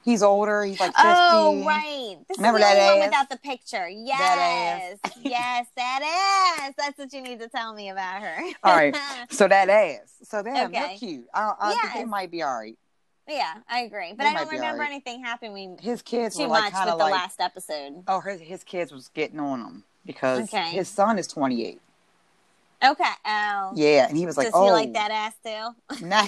[SPEAKER 1] he's older. He's like fifty.
[SPEAKER 2] Oh, right. This
[SPEAKER 1] Remember
[SPEAKER 2] is the
[SPEAKER 1] that
[SPEAKER 2] only one
[SPEAKER 1] ass?
[SPEAKER 2] without the picture.
[SPEAKER 1] ass.
[SPEAKER 2] Yes. yes, that is. That's what you need to tell me about her.
[SPEAKER 1] All right. So that ass. So damn, they're
[SPEAKER 2] Okay.
[SPEAKER 1] cute. I, I think
[SPEAKER 2] Yes.
[SPEAKER 1] it might be all right.
[SPEAKER 2] (laughs) yeah, I agree. But
[SPEAKER 1] They
[SPEAKER 2] I
[SPEAKER 1] might
[SPEAKER 2] don't
[SPEAKER 1] be
[SPEAKER 2] remember
[SPEAKER 1] alright.
[SPEAKER 2] anything happening
[SPEAKER 1] His kids
[SPEAKER 2] too
[SPEAKER 1] were like
[SPEAKER 2] much
[SPEAKER 1] kind
[SPEAKER 2] with
[SPEAKER 1] of
[SPEAKER 2] the
[SPEAKER 1] like
[SPEAKER 2] last episode.
[SPEAKER 1] oh, his his kids was getting on him because
[SPEAKER 2] Okay.
[SPEAKER 1] his son is twenty eight.
[SPEAKER 2] Okay. Oh.
[SPEAKER 1] Yeah, and he was like,
[SPEAKER 2] Does
[SPEAKER 1] oh,
[SPEAKER 2] he like that ass still?
[SPEAKER 1] (laughs) Nah.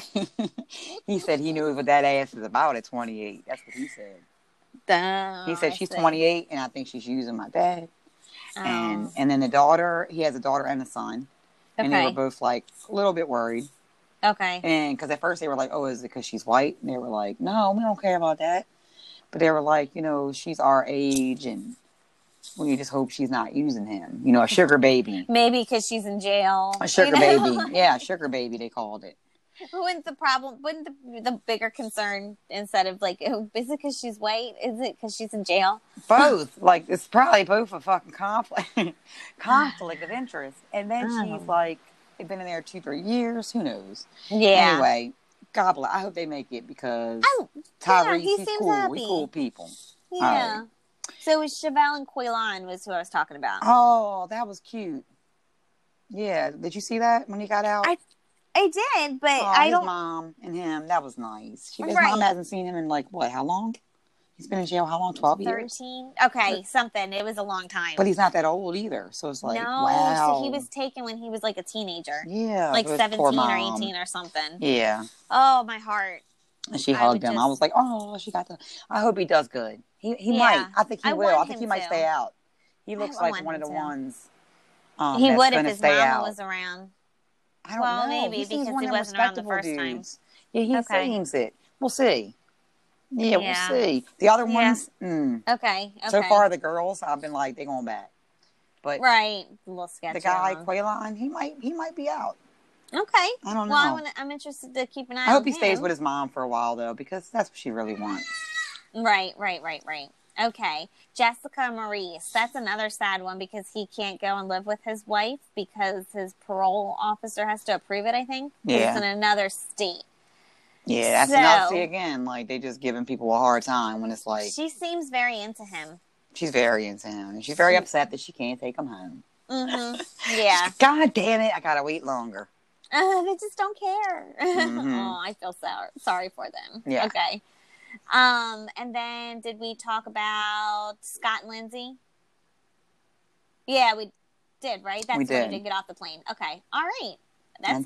[SPEAKER 1] he said he knew what that ass is about at twenty eight. That's what he said.
[SPEAKER 2] Damn.
[SPEAKER 1] He said she's
[SPEAKER 2] twenty.
[SPEAKER 1] 28 and I think she's using my bag.
[SPEAKER 2] Oh.
[SPEAKER 1] And and then the daughter, he has a daughter and a son, and they were
[SPEAKER 2] okay.
[SPEAKER 1] both like a little bit worried.
[SPEAKER 2] okay.
[SPEAKER 1] And because at first they were like, "Oh, is it because she's white?" And they were like, "No, we don't care about that." But they were like, you know, she's our age, and we just hope she's not using him. You know, a sugar baby,
[SPEAKER 2] Maybe because she's in jail.
[SPEAKER 1] a sugar
[SPEAKER 2] (laughs) you know?
[SPEAKER 1] baby, yeah, a sugar baby. They called it.
[SPEAKER 2] Wouldn't the problem? Wouldn't the, the bigger concern instead of like, oh, is it because she's white? Is it because she's in jail?
[SPEAKER 1] both like it's probably both a fucking conflict (laughs) conflict of interest and then
[SPEAKER 2] Oh.
[SPEAKER 1] she's like they've been in there two three years who knows
[SPEAKER 2] Yeah.
[SPEAKER 1] anyway god bless i hope they make it because
[SPEAKER 2] Oh,
[SPEAKER 1] tyrese
[SPEAKER 2] yeah, he
[SPEAKER 1] he's
[SPEAKER 2] seems
[SPEAKER 1] cool we
[SPEAKER 2] happy.
[SPEAKER 1] cool people
[SPEAKER 2] yeah.
[SPEAKER 1] right.
[SPEAKER 2] So it was Chevelle and Quilon was who I was talking about.
[SPEAKER 1] oh that was cute yeah did you see that when he got out
[SPEAKER 2] I- I did, but
[SPEAKER 1] Aw,
[SPEAKER 2] I
[SPEAKER 1] his
[SPEAKER 2] don't.
[SPEAKER 1] mom and him that was nice she, his
[SPEAKER 2] Right.
[SPEAKER 1] mom hasn't seen him in like what how long he's been in jail how long 12 years
[SPEAKER 2] Thirteen. Okay, something. It was a long time.
[SPEAKER 1] but he's not that old either so it's like
[SPEAKER 2] no,
[SPEAKER 1] wow
[SPEAKER 2] so he was taken when he was like a teenager,
[SPEAKER 1] yeah
[SPEAKER 2] like
[SPEAKER 1] so his
[SPEAKER 2] seventeen
[SPEAKER 1] poor
[SPEAKER 2] or
[SPEAKER 1] mom.
[SPEAKER 2] eighteen or something.
[SPEAKER 1] yeah
[SPEAKER 2] Oh, my heart.
[SPEAKER 1] And she
[SPEAKER 2] I
[SPEAKER 1] hugged
[SPEAKER 2] would
[SPEAKER 1] him. I
[SPEAKER 2] just-
[SPEAKER 1] was like, oh, she got the. I hope he does good. He he
[SPEAKER 2] Yeah.
[SPEAKER 1] might. I think he
[SPEAKER 2] I
[SPEAKER 1] will.
[SPEAKER 2] want
[SPEAKER 1] I think he
[SPEAKER 2] him
[SPEAKER 1] might
[SPEAKER 2] to.
[SPEAKER 1] stay out. He looks
[SPEAKER 2] I
[SPEAKER 1] like
[SPEAKER 2] want
[SPEAKER 1] one of
[SPEAKER 2] him
[SPEAKER 1] the
[SPEAKER 2] to.
[SPEAKER 1] ones. Um,
[SPEAKER 2] he
[SPEAKER 1] that's
[SPEAKER 2] would if
[SPEAKER 1] gonna
[SPEAKER 2] his
[SPEAKER 1] stay
[SPEAKER 2] mama
[SPEAKER 1] out.
[SPEAKER 2] was around.
[SPEAKER 1] I don't
[SPEAKER 2] well,
[SPEAKER 1] know.
[SPEAKER 2] maybe,
[SPEAKER 1] he seems
[SPEAKER 2] because
[SPEAKER 1] one
[SPEAKER 2] he
[SPEAKER 1] of them
[SPEAKER 2] wasn't around the
[SPEAKER 1] respectable
[SPEAKER 2] first time.
[SPEAKER 1] dudes. Yeah, he
[SPEAKER 2] Okay.
[SPEAKER 1] seems it. We'll see. Yeah,
[SPEAKER 2] Yeah.
[SPEAKER 1] we'll see. The other
[SPEAKER 2] Yeah.
[SPEAKER 1] ones, mm.
[SPEAKER 2] Okay. okay.
[SPEAKER 1] so far the girls, I've been like they going back, but
[SPEAKER 2] right? A little sketchy.
[SPEAKER 1] the guy
[SPEAKER 2] huh?
[SPEAKER 1] Quaylon, he might he might be out.
[SPEAKER 2] Okay.
[SPEAKER 1] I don't know.
[SPEAKER 2] Well, I wanna, I'm interested to keep an eye.
[SPEAKER 1] I hope
[SPEAKER 2] on
[SPEAKER 1] he stays
[SPEAKER 2] him.
[SPEAKER 1] with his mom for a while though, because that's what she really wants.
[SPEAKER 2] Right. Right. Right. Right. Okay. Jessica Maurice. That's another sad one because he can't go and live with his wife because his parole officer has to approve it. I think. 'cause
[SPEAKER 1] Yeah.
[SPEAKER 2] It's in another state.
[SPEAKER 1] Yeah, that's another
[SPEAKER 2] So-
[SPEAKER 1] see again. Like they just giving people a hard time when it's like
[SPEAKER 2] she seems very into him.
[SPEAKER 1] she's very into him and she's very upset that she can't take him home.
[SPEAKER 2] hmm
[SPEAKER 1] (laughs)
[SPEAKER 2] Yeah.
[SPEAKER 1] She's like, God damn it, I gotta wait longer.
[SPEAKER 2] Uh, they just don't care. (laughs)
[SPEAKER 1] Mhm.
[SPEAKER 2] oh, I feel sour. sorry for them.
[SPEAKER 1] Yeah.
[SPEAKER 2] Okay. Um, and then did we talk about Scott and Lindsay? Yeah, we did, right? That's
[SPEAKER 1] We
[SPEAKER 2] when
[SPEAKER 1] did.
[SPEAKER 2] he didn't get off the plane. Okay. All right. That's,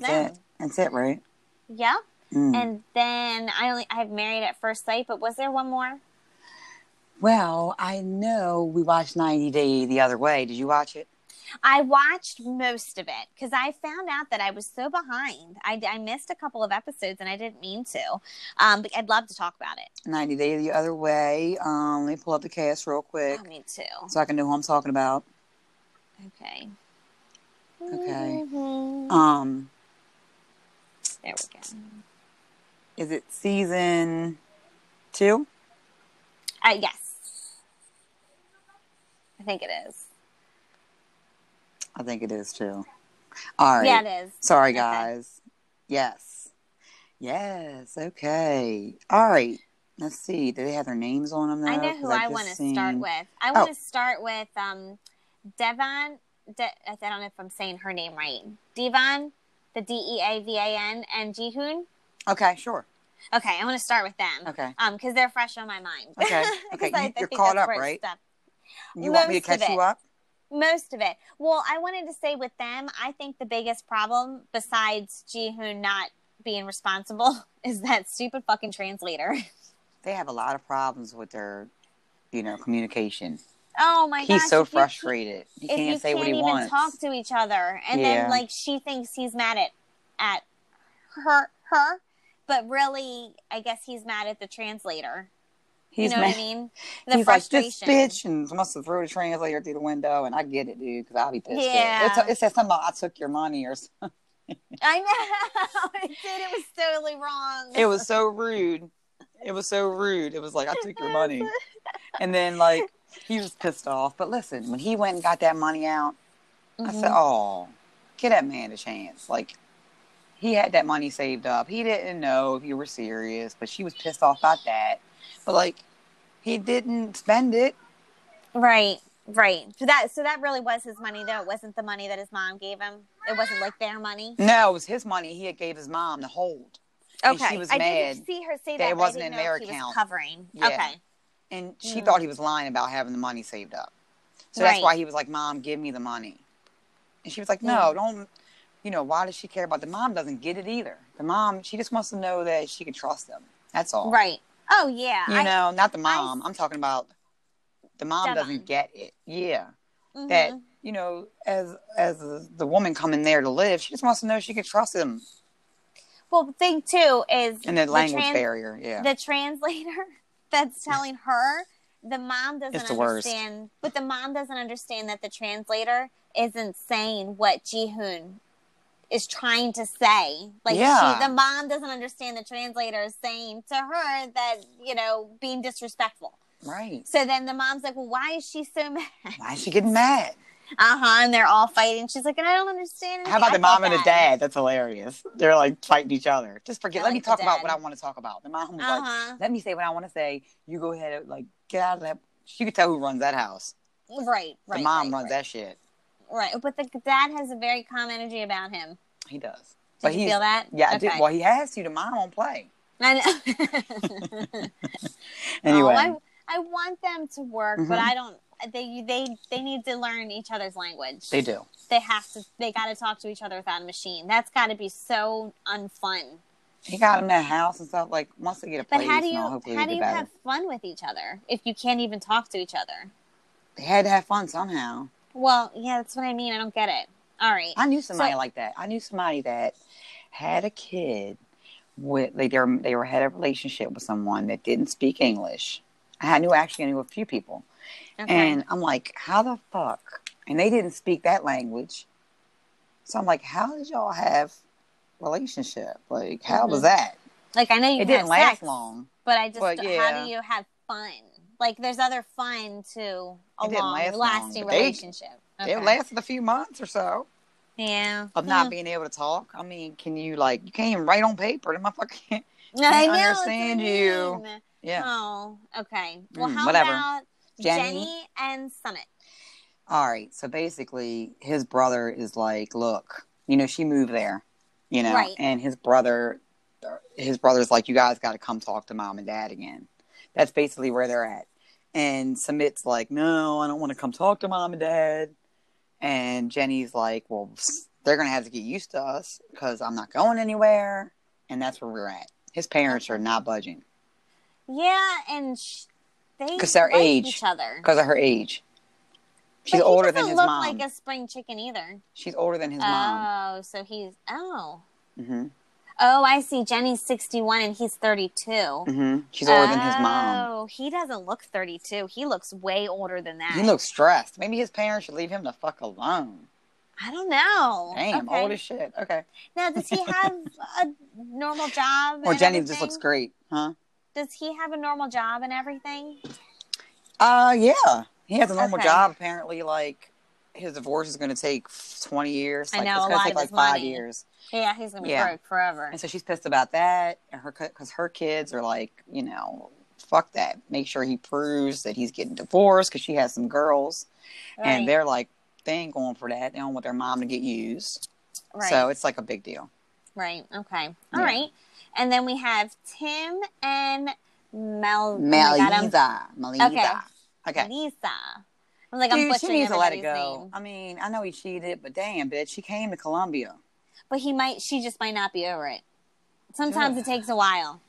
[SPEAKER 1] That's
[SPEAKER 2] them.
[SPEAKER 1] it. That's it, right?
[SPEAKER 2] Yep.
[SPEAKER 1] Mm.
[SPEAKER 2] And then I only I have married at first sight, but was there one more?
[SPEAKER 1] well, I know we watched 90 Day the other way. Did you watch it?
[SPEAKER 2] I watched most of it because I found out that I was so behind. I, I missed a couple of episodes and I didn't mean to. Um, but I'd love to talk about it.
[SPEAKER 1] 90 Day the other way. Um, let me pull up the cast real quick
[SPEAKER 2] Oh, me too.
[SPEAKER 1] so I can know who I'm talking about.
[SPEAKER 2] Okay.
[SPEAKER 1] Okay.
[SPEAKER 2] Mhm.
[SPEAKER 1] Um,
[SPEAKER 2] there we go.
[SPEAKER 1] is it season two?
[SPEAKER 2] Uh, yes. I think it is.
[SPEAKER 1] I think it is two. All right.
[SPEAKER 2] Yeah, it is.
[SPEAKER 1] Sorry,
[SPEAKER 2] Okay.
[SPEAKER 1] guys. Yes. Yes. Okay. All right. Let's see. Do they have their names on them?
[SPEAKER 2] I
[SPEAKER 1] though?
[SPEAKER 2] know
[SPEAKER 1] 'Cause
[SPEAKER 2] who I
[SPEAKER 1] just
[SPEAKER 2] want to
[SPEAKER 1] seen-
[SPEAKER 2] start with.
[SPEAKER 1] Oh.
[SPEAKER 2] I want to start with um, Devon. De- I don't know if I'm saying her name right. Devon, the D E A V A N, and Jihoon.
[SPEAKER 1] Okay, sure.
[SPEAKER 2] Okay, I want to start with them.
[SPEAKER 1] Okay.
[SPEAKER 2] Um, because they're fresh on my mind.
[SPEAKER 1] Okay.
[SPEAKER 2] (laughs) 'Cause
[SPEAKER 1] Okay, you-
[SPEAKER 2] I- I
[SPEAKER 1] you're
[SPEAKER 2] think
[SPEAKER 1] caught
[SPEAKER 2] that's
[SPEAKER 1] up,
[SPEAKER 2] where it
[SPEAKER 1] right?
[SPEAKER 2] stuck.
[SPEAKER 1] You want me to
[SPEAKER 2] Most of
[SPEAKER 1] catch you
[SPEAKER 2] it.
[SPEAKER 1] up?
[SPEAKER 2] Most of it. Well, I wanted to say with them, I think the biggest problem, besides Jihoon not being responsible, (laughs) is that stupid fucking translator. (laughs)
[SPEAKER 1] They have a lot of problems with their, you know, communication.
[SPEAKER 2] Oh my god!
[SPEAKER 1] He's so frustrated. He
[SPEAKER 2] if you
[SPEAKER 1] can't say
[SPEAKER 2] can't
[SPEAKER 1] what he
[SPEAKER 2] even
[SPEAKER 1] wants.
[SPEAKER 2] talk to each other and
[SPEAKER 1] Yeah.
[SPEAKER 2] then like she thinks he's mad at at her her but really i guess he's mad at the translator
[SPEAKER 1] He's
[SPEAKER 2] you know
[SPEAKER 1] mad.
[SPEAKER 2] what
[SPEAKER 1] (laughs)
[SPEAKER 2] i mean the
[SPEAKER 1] He's
[SPEAKER 2] frustration
[SPEAKER 1] like this bitch and must have thrown the translator through the window, and I get it, dude, because I'll be pissed. Yeah,
[SPEAKER 2] Yeah.
[SPEAKER 1] it, it says something about I took your money or something.
[SPEAKER 2] i know (laughs) it did it was totally wrong
[SPEAKER 1] It was so rude. It was so rude. It was like I took your money, and then like he was pissed off. But listen, when he went and got that money out, I
[SPEAKER 2] Mm-hmm.
[SPEAKER 1] said, "Oh, give that man a chance." Like he had that money saved up. He didn't know if you were serious, but she was pissed off about that. But like he didn't spend it.
[SPEAKER 2] right right so that so that really was his money though it wasn't the money that his mom gave him it wasn't like their money
[SPEAKER 1] No, it was his money. He had gave his mom to hold, And she was
[SPEAKER 2] i did
[SPEAKER 1] mad
[SPEAKER 2] see her say
[SPEAKER 1] that it
[SPEAKER 2] that but I
[SPEAKER 1] wasn't
[SPEAKER 2] didn't
[SPEAKER 1] in their
[SPEAKER 2] know if he was
[SPEAKER 1] account.
[SPEAKER 2] covering
[SPEAKER 1] Yeah.
[SPEAKER 2] okay
[SPEAKER 1] and she
[SPEAKER 2] Mm.
[SPEAKER 1] thought he was lying about having the money saved up. So that's
[SPEAKER 2] Right.
[SPEAKER 1] why he was like, "Mom, give me the money," and she was like, "No, don't." You know, why does she care about the mom? Doesn't get it either. The mom, she just wants to know that she can trust them. That's all.
[SPEAKER 2] right oh yeah
[SPEAKER 1] you
[SPEAKER 2] I-
[SPEAKER 1] know, not the mom. I'm talking about the mom
[SPEAKER 2] Devon.
[SPEAKER 1] doesn't get it. Yeah,
[SPEAKER 2] mhm.
[SPEAKER 1] that you know, as as the woman coming there to live, she just wants to know she can trust him.
[SPEAKER 2] Well, the thing too is
[SPEAKER 1] And the, language
[SPEAKER 2] trans-
[SPEAKER 1] barrier, yeah,
[SPEAKER 2] The translator (laughs) that's telling her the mom doesn't
[SPEAKER 1] It's the worst.
[SPEAKER 2] understand, but the mom doesn't understand that the translator isn't saying what Jihoon is trying to say. Like
[SPEAKER 1] Yeah.
[SPEAKER 2] she, the mom doesn't understand the translator is saying to her that you know being disrespectful.
[SPEAKER 1] right.
[SPEAKER 2] So then the mom's like, "Well, why is she so (laughs) mad?"
[SPEAKER 1] Why is she getting mad?
[SPEAKER 2] Uh huh. And they're all fighting. She's like, "And I don't understand."
[SPEAKER 1] How about the
[SPEAKER 2] anything." I
[SPEAKER 1] mom
[SPEAKER 2] felt
[SPEAKER 1] and the
[SPEAKER 2] bad.
[SPEAKER 1] dad? That's hilarious. They're like fighting each other. Just forget.
[SPEAKER 2] I
[SPEAKER 1] let
[SPEAKER 2] like
[SPEAKER 1] me
[SPEAKER 2] the
[SPEAKER 1] talk about what I
[SPEAKER 2] dad.
[SPEAKER 1] want to talk about. The mom was
[SPEAKER 2] Uh
[SPEAKER 1] like,
[SPEAKER 2] huh.
[SPEAKER 1] "Let me say what I want to say. You go ahead. and, Like, get out of that." She could tell who runs that house.
[SPEAKER 2] (laughs) Right. Right.
[SPEAKER 1] the mom
[SPEAKER 2] right,
[SPEAKER 1] runs
[SPEAKER 2] right.
[SPEAKER 1] that shit.
[SPEAKER 2] Right, but the dad has a very calm energy about him. Did
[SPEAKER 1] He does. but
[SPEAKER 2] you
[SPEAKER 1] he's-
[SPEAKER 2] feel that?
[SPEAKER 1] Yeah, I
[SPEAKER 2] Okay.
[SPEAKER 1] did. Well, he has to. The mom won't play.
[SPEAKER 2] I know.
[SPEAKER 1] (laughs) Anyway,
[SPEAKER 2] Oh, I, I want them to work,
[SPEAKER 1] Mhm.
[SPEAKER 2] but I don't. They they they need to learn each other's language.
[SPEAKER 1] they do.
[SPEAKER 2] They have to. They got to talk to each other without a machine. That's got to be so unfun.
[SPEAKER 1] He got him that house and stuff. Like once they get a
[SPEAKER 2] But
[SPEAKER 1] place,
[SPEAKER 2] how do
[SPEAKER 1] and
[SPEAKER 2] you
[SPEAKER 1] all, hopefully
[SPEAKER 2] how
[SPEAKER 1] they
[SPEAKER 2] do
[SPEAKER 1] do
[SPEAKER 2] you
[SPEAKER 1] better.
[SPEAKER 2] have fun with each other if you can't even talk to each other?
[SPEAKER 1] They had to have fun somehow.
[SPEAKER 2] Well, yeah, that's what I mean. I don't get it. All right.
[SPEAKER 1] I knew somebody
[SPEAKER 2] So-
[SPEAKER 1] like that. I knew somebody that had a kid with they they were, they were had a relationship with someone that didn't speak English. I knew actually I knew a few people,
[SPEAKER 2] Okay.
[SPEAKER 1] and I'm like, how the fuck? And they didn't speak that language, so I'm like, how did y'all have relationship? Like, how was
[SPEAKER 2] Mhm.
[SPEAKER 1] that?
[SPEAKER 2] like I know you
[SPEAKER 1] It
[SPEAKER 2] can
[SPEAKER 1] didn't
[SPEAKER 2] have
[SPEAKER 1] last
[SPEAKER 2] sex,
[SPEAKER 1] long.
[SPEAKER 2] But I just,
[SPEAKER 1] But, yeah.
[SPEAKER 2] how do you have fun? Like, there's other fun to a
[SPEAKER 1] It didn't
[SPEAKER 2] long,
[SPEAKER 1] last long,
[SPEAKER 2] lasting
[SPEAKER 1] but they-
[SPEAKER 2] relationship.
[SPEAKER 1] It lasted a few months or so
[SPEAKER 2] Yeah.
[SPEAKER 1] of not
[SPEAKER 2] Hmm.
[SPEAKER 1] being able to talk. I mean, can you like you can't even write on paper? The motherfucker can't.
[SPEAKER 2] I know,
[SPEAKER 1] I
[SPEAKER 2] that's what
[SPEAKER 1] understand
[SPEAKER 2] I
[SPEAKER 1] you.
[SPEAKER 2] mean.
[SPEAKER 1] Yeah.
[SPEAKER 2] Oh, okay. Well,
[SPEAKER 1] Mm,
[SPEAKER 2] how
[SPEAKER 1] whatever.
[SPEAKER 2] about
[SPEAKER 1] Jenny.
[SPEAKER 2] Jenny? and Summit?
[SPEAKER 1] All right. So basically, his brother is like, look, you know, she moved there, you know,
[SPEAKER 2] Right.
[SPEAKER 1] and his brother, his brother's like, you guys got to come talk to mom and dad again. That's basically where they're at. And Sumit's like, no, I don't want to come talk to mom and dad. And Jenny's like, well, they're going to have to get used to us because I'm not going anywhere. And that's where we're at. His parents are not budging
[SPEAKER 2] Yeah, and sh- they
[SPEAKER 1] 'Cause their
[SPEAKER 2] like
[SPEAKER 1] age.
[SPEAKER 2] each other.
[SPEAKER 1] because of her age. She's
[SPEAKER 2] But he
[SPEAKER 1] older than
[SPEAKER 2] doesn't
[SPEAKER 1] his
[SPEAKER 2] look
[SPEAKER 1] mom.
[SPEAKER 2] like a spring chicken either.
[SPEAKER 1] She's older than his mom.
[SPEAKER 2] Oh, so he's oh
[SPEAKER 1] hmm
[SPEAKER 2] oh I see. Jenny's sixty one and he's thirty two.
[SPEAKER 1] hmm She's older than his mom.
[SPEAKER 2] Oh, he doesn't look 32. He looks way older than that.
[SPEAKER 1] He looks stressed. Maybe his parents should leave him the fuck alone.
[SPEAKER 2] I don't know.
[SPEAKER 1] Damn,
[SPEAKER 2] Okay.
[SPEAKER 1] old as shit. Okay.
[SPEAKER 2] Now, does he have
[SPEAKER 1] (laughs)
[SPEAKER 2] a normal job?
[SPEAKER 1] Or
[SPEAKER 2] and
[SPEAKER 1] Jenny just looks
[SPEAKER 2] everything?
[SPEAKER 1] great, huh?
[SPEAKER 2] Does he have a normal job and everything?
[SPEAKER 1] Uh, yeah. He has a normal
[SPEAKER 2] Okay.
[SPEAKER 1] job. Apparently, like his divorce is going to take twenty years.
[SPEAKER 2] I
[SPEAKER 1] Like,
[SPEAKER 2] know,
[SPEAKER 1] it's
[SPEAKER 2] a
[SPEAKER 1] gonna
[SPEAKER 2] lot
[SPEAKER 1] take
[SPEAKER 2] of
[SPEAKER 1] like
[SPEAKER 2] his
[SPEAKER 1] five
[SPEAKER 2] money.
[SPEAKER 1] years.
[SPEAKER 2] Yeah, he's gonna be
[SPEAKER 1] Yeah.
[SPEAKER 2] broke forever.
[SPEAKER 1] And so she's pissed about that, and her because her kids are like you know fuck that. Make sure he proves that he's getting divorced because she has some girls, and they're like, they ain't going for that. They don't want their mom to get used.
[SPEAKER 2] right.
[SPEAKER 1] So it's like a big deal.
[SPEAKER 2] Right. Okay.
[SPEAKER 1] Yeah.
[SPEAKER 2] All right. And then we have Tim and Mel. oh my God, I'm-
[SPEAKER 1] Maliza. Maliza. Okay.
[SPEAKER 2] Lisa. I'm like, I'm
[SPEAKER 1] Dude, she
[SPEAKER 2] butchering
[SPEAKER 1] needs to let it
[SPEAKER 2] everybody's
[SPEAKER 1] go.
[SPEAKER 2] name.
[SPEAKER 1] I mean, I know he cheated, but damn, bitch, she came to Columbia.
[SPEAKER 2] But he might, she just might not be over it. Sometimes it takes a while.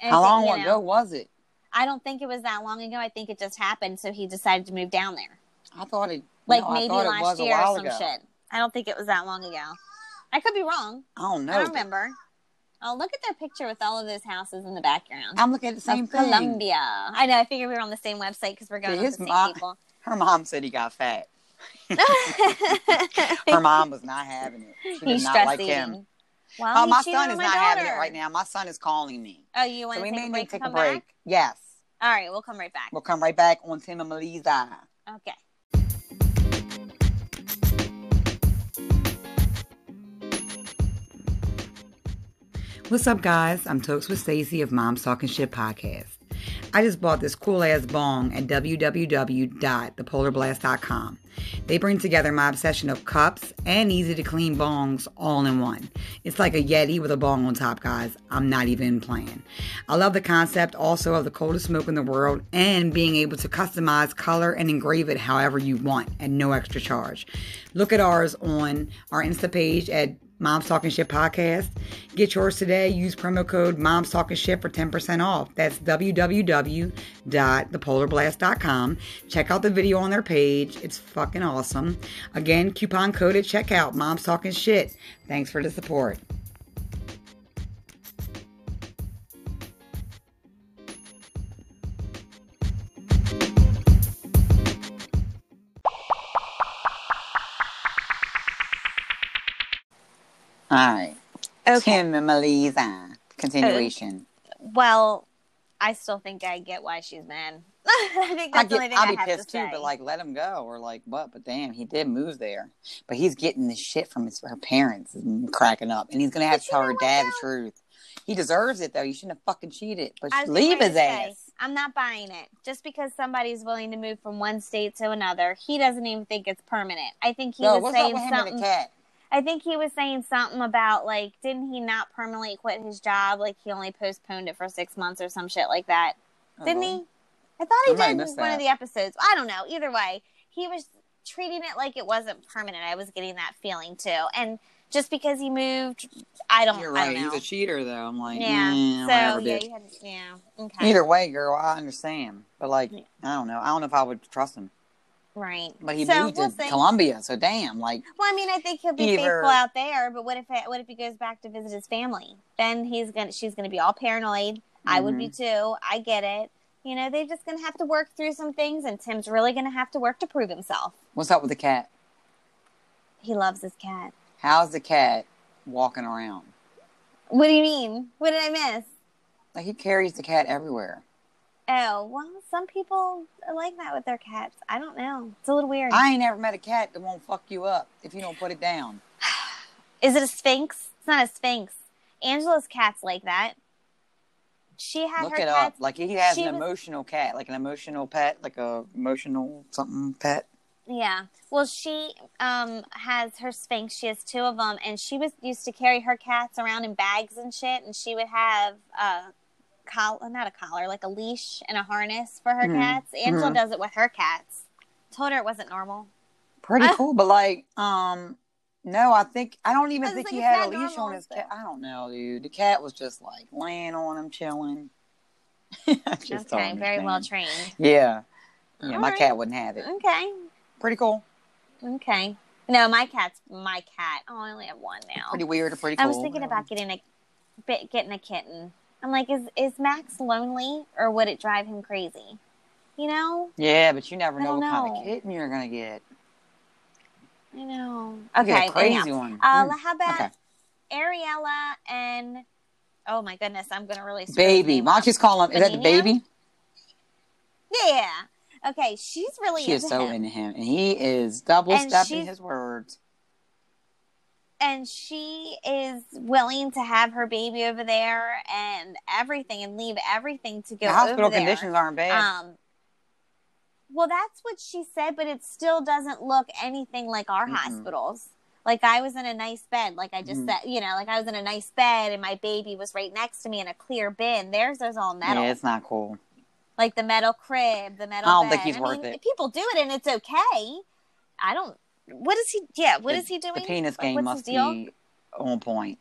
[SPEAKER 2] And
[SPEAKER 1] How
[SPEAKER 2] so,
[SPEAKER 1] long
[SPEAKER 2] you
[SPEAKER 1] ago
[SPEAKER 2] know,
[SPEAKER 1] was it?
[SPEAKER 2] I don't think it was that long ago. I think it just happened. So he decided to move down there.
[SPEAKER 1] I thought it.
[SPEAKER 2] Like
[SPEAKER 1] no, I
[SPEAKER 2] maybe
[SPEAKER 1] thought it was
[SPEAKER 2] last
[SPEAKER 1] a
[SPEAKER 2] year
[SPEAKER 1] while
[SPEAKER 2] or some
[SPEAKER 1] ago.
[SPEAKER 2] shit. I don't think it was that long ago. I could be wrong.
[SPEAKER 1] I don't know.
[SPEAKER 2] I don't remember. Oh, look at their picture with all of those houses in the background.
[SPEAKER 1] I'm looking at the same
[SPEAKER 2] of
[SPEAKER 1] thing.
[SPEAKER 2] Columbia. I know. I figured we were on the same website because we're going
[SPEAKER 1] Yeah,
[SPEAKER 2] off
[SPEAKER 1] his
[SPEAKER 2] the same
[SPEAKER 1] mom- (laughs)
[SPEAKER 2] people.
[SPEAKER 1] Her mom said he got fat. Her mom was not having it. She did
[SPEAKER 2] (laughs) He's
[SPEAKER 1] not
[SPEAKER 2] stress
[SPEAKER 1] like
[SPEAKER 2] eating.
[SPEAKER 1] him.
[SPEAKER 2] Well,
[SPEAKER 1] Oh,
[SPEAKER 2] he
[SPEAKER 1] my
[SPEAKER 2] cheated
[SPEAKER 1] son
[SPEAKER 2] on
[SPEAKER 1] is
[SPEAKER 2] my
[SPEAKER 1] not having it
[SPEAKER 2] daughter.
[SPEAKER 1] right now. My son is calling me.
[SPEAKER 2] Oh, you want
[SPEAKER 1] So
[SPEAKER 2] to
[SPEAKER 1] we
[SPEAKER 2] take
[SPEAKER 1] may
[SPEAKER 2] a
[SPEAKER 1] need to
[SPEAKER 2] break?
[SPEAKER 1] take
[SPEAKER 2] and
[SPEAKER 1] a
[SPEAKER 2] come
[SPEAKER 1] break.
[SPEAKER 2] Back?
[SPEAKER 1] Yes.
[SPEAKER 2] All right, we'll come right back.
[SPEAKER 1] We'll come right back on Tim and Maliza.
[SPEAKER 2] Okay.
[SPEAKER 1] What's up, guys? I'm Tokes with Stacy of Mom's Talking Shit Podcast. I just bought this cool ass bong at www.thepolarblast.com. They bring together my obsession of cups and easy to clean bongs all in one. It's like a Yeti with a bong on top, guys. I'm not even playing. I love the concept also of the coldest smoke in the world and being able to customize color and engrave it however you want at no extra charge. Look at ours on our Insta page at Mom's Talking Shit podcast. Get yours today. Use promo code Mom's Talking Shit for 10% off. That's www.thepolarblast.com. Check out the video on their page. It's fucking awesome. Again, coupon code at checkout Mom's Talking Shit. Thanks for the support. All right.
[SPEAKER 2] Okay.
[SPEAKER 1] Tim and Melisa. Continuation.
[SPEAKER 2] Well, I still think I get why she's mad. (laughs) I think
[SPEAKER 1] I
[SPEAKER 2] that's the
[SPEAKER 1] get,
[SPEAKER 2] only thing
[SPEAKER 1] I'll
[SPEAKER 2] I
[SPEAKER 1] be
[SPEAKER 2] have
[SPEAKER 1] pissed
[SPEAKER 2] to
[SPEAKER 1] too,
[SPEAKER 2] say.
[SPEAKER 1] but like, let him go, or like, what? But damn, he did move there. But he's getting the shit from his her parents and cracking up, and he's gonna have
[SPEAKER 2] But
[SPEAKER 1] to
[SPEAKER 2] you
[SPEAKER 1] tell
[SPEAKER 2] know
[SPEAKER 1] her
[SPEAKER 2] what,
[SPEAKER 1] dad the
[SPEAKER 2] though?
[SPEAKER 1] truth. He deserves it though. You shouldn't have fucking cheated, but
[SPEAKER 2] I was
[SPEAKER 1] leave
[SPEAKER 2] gonna
[SPEAKER 1] his
[SPEAKER 2] say,
[SPEAKER 1] ass.
[SPEAKER 2] I'm not buying it. Just because somebody's willing to move from one state to another, he doesn't even think it's permanent. I think he
[SPEAKER 1] Yo,
[SPEAKER 2] was
[SPEAKER 1] what's up
[SPEAKER 2] saying
[SPEAKER 1] with him
[SPEAKER 2] something.
[SPEAKER 1] and the cat?
[SPEAKER 2] I think he was saying something about like, didn't he not permanently quit his job? Like he only postponed it for six months or some shit like that.
[SPEAKER 1] Uh-huh.
[SPEAKER 2] Didn't he? I thought he
[SPEAKER 1] I might have
[SPEAKER 2] did in
[SPEAKER 1] missed
[SPEAKER 2] one
[SPEAKER 1] that.
[SPEAKER 2] of the episodes. I don't know. Either way, he was treating it like it wasn't permanent. I was getting that feeling too. And just because he moved, I don't.
[SPEAKER 1] You're right.
[SPEAKER 2] I don't
[SPEAKER 1] He's
[SPEAKER 2] know.
[SPEAKER 1] a cheater though. I'm like,
[SPEAKER 2] yeah.
[SPEAKER 1] mm,
[SPEAKER 2] so
[SPEAKER 1] whatever,
[SPEAKER 2] yeah,
[SPEAKER 1] bitch.
[SPEAKER 2] you had, yeah. Okay.
[SPEAKER 1] Either way, girl, I understand. But like,
[SPEAKER 2] Yeah.
[SPEAKER 1] I don't know. I don't know if I would trust him.
[SPEAKER 2] Right.
[SPEAKER 1] But he
[SPEAKER 2] so
[SPEAKER 1] moved
[SPEAKER 2] we'll
[SPEAKER 1] to
[SPEAKER 2] see.
[SPEAKER 1] Colombia, so damn, like,
[SPEAKER 2] Well, I mean, I think he'll be
[SPEAKER 1] Either-
[SPEAKER 2] faithful out there. But what if what if he goes back to visit his family? Then he's gonna she's gonna be all paranoid. I would be
[SPEAKER 1] Mm-hmm.
[SPEAKER 2] too. I get it. You know, they're just gonna have to work through some things, and Tim's really gonna have to work to prove himself.
[SPEAKER 1] what's up with the cat?
[SPEAKER 2] He loves his cat.
[SPEAKER 1] How's the cat walking around?
[SPEAKER 2] What do you mean? What did I miss?
[SPEAKER 1] Like he carries the cat everywhere.
[SPEAKER 2] Oh, well, some people are like that with their cats. I don't know. It's a little weird.
[SPEAKER 1] I ain't never met a cat that won't fuck you up if you don't put it down.
[SPEAKER 2] Is it a sphinx? It's not a sphinx. Angela's cat's like that. She had
[SPEAKER 1] Look
[SPEAKER 2] her
[SPEAKER 1] it up.
[SPEAKER 2] cats.
[SPEAKER 1] Like he has
[SPEAKER 2] she
[SPEAKER 1] an
[SPEAKER 2] was-
[SPEAKER 1] emotional cat, like an emotional pet, like a emotional something pet.
[SPEAKER 2] Yeah. Well, she um has her sphinx. She has two of them, and she was used to carry her cats around in bags and shit. And she would have a collar, not a collar, like a leash and a harness for her
[SPEAKER 1] Mhm.
[SPEAKER 2] cats. Angela
[SPEAKER 1] Mhm.
[SPEAKER 2] does it with her cats. Told her it wasn't normal.
[SPEAKER 1] Pretty
[SPEAKER 2] Ah.
[SPEAKER 1] cool, but like, um, no, I think I don't even
[SPEAKER 2] I was
[SPEAKER 1] think
[SPEAKER 2] like,
[SPEAKER 1] he
[SPEAKER 2] it's
[SPEAKER 1] had a
[SPEAKER 2] not
[SPEAKER 1] leash on
[SPEAKER 2] normal,
[SPEAKER 1] his
[SPEAKER 2] so-
[SPEAKER 1] cat. I don't know, dude. The cat was just like laying on him, chilling. (laughs) I just don't
[SPEAKER 2] okay, very well
[SPEAKER 1] understand.
[SPEAKER 2] trained.
[SPEAKER 1] Yeah, yeah.
[SPEAKER 2] All
[SPEAKER 1] my
[SPEAKER 2] right.
[SPEAKER 1] cat wouldn't have it.
[SPEAKER 2] Okay,
[SPEAKER 1] Pretty cool.
[SPEAKER 2] okay. No, my cat's my cat. Oh, I only have one now.
[SPEAKER 1] Pretty weird. Or pretty cool.
[SPEAKER 2] I was thinking about getting a bit getting a kitten. I'm like, is is Max lonely or would it drive him crazy? You know,
[SPEAKER 1] Yeah, but you never
[SPEAKER 2] I
[SPEAKER 1] know what
[SPEAKER 2] don't
[SPEAKER 1] kind of
[SPEAKER 2] know.
[SPEAKER 1] kitten you're gonna get.
[SPEAKER 2] I know.
[SPEAKER 1] You get
[SPEAKER 2] Okay,
[SPEAKER 1] a crazy
[SPEAKER 2] anyhow.
[SPEAKER 1] one.
[SPEAKER 2] Uh,
[SPEAKER 1] Mm.
[SPEAKER 2] how about
[SPEAKER 1] Okay.
[SPEAKER 2] Ariella and? Oh my goodness, I'm gonna really screw his
[SPEAKER 1] Baby,
[SPEAKER 2] name
[SPEAKER 1] why
[SPEAKER 2] up.
[SPEAKER 1] don't you just call him? Is that the
[SPEAKER 2] Benigno?
[SPEAKER 1] baby?
[SPEAKER 2] Yeah. Okay, she's really
[SPEAKER 1] She is
[SPEAKER 2] into
[SPEAKER 1] so
[SPEAKER 2] him.
[SPEAKER 1] into him, and he is double
[SPEAKER 2] And
[SPEAKER 1] stepping
[SPEAKER 2] she's-
[SPEAKER 1] his words.
[SPEAKER 2] and she is willing to have her baby over there and everything and leave everything to go
[SPEAKER 1] the hospital
[SPEAKER 2] over there.
[SPEAKER 1] conditions aren't bad.
[SPEAKER 2] Um, well, that's what she said, but it still doesn't look anything like our
[SPEAKER 1] Mm-mm.
[SPEAKER 2] hospitals. Like I was in a nice bed, like I just
[SPEAKER 1] Mhm.
[SPEAKER 2] said, you know, like I was in a nice bed and my baby was right next to me in a clear bin. Theirs is all metal,
[SPEAKER 1] yeah, it's not cool.
[SPEAKER 2] like the metal crib, the metal.
[SPEAKER 1] I don't think
[SPEAKER 2] bed.
[SPEAKER 1] he's worth
[SPEAKER 2] mean,
[SPEAKER 1] it.
[SPEAKER 2] People do it and it's okay. I don't. What is he? Yeah, what
[SPEAKER 1] The-
[SPEAKER 2] is he doing?
[SPEAKER 1] The penis
[SPEAKER 2] Like,
[SPEAKER 1] game
[SPEAKER 2] what's his
[SPEAKER 1] must
[SPEAKER 2] deal?
[SPEAKER 1] be on point.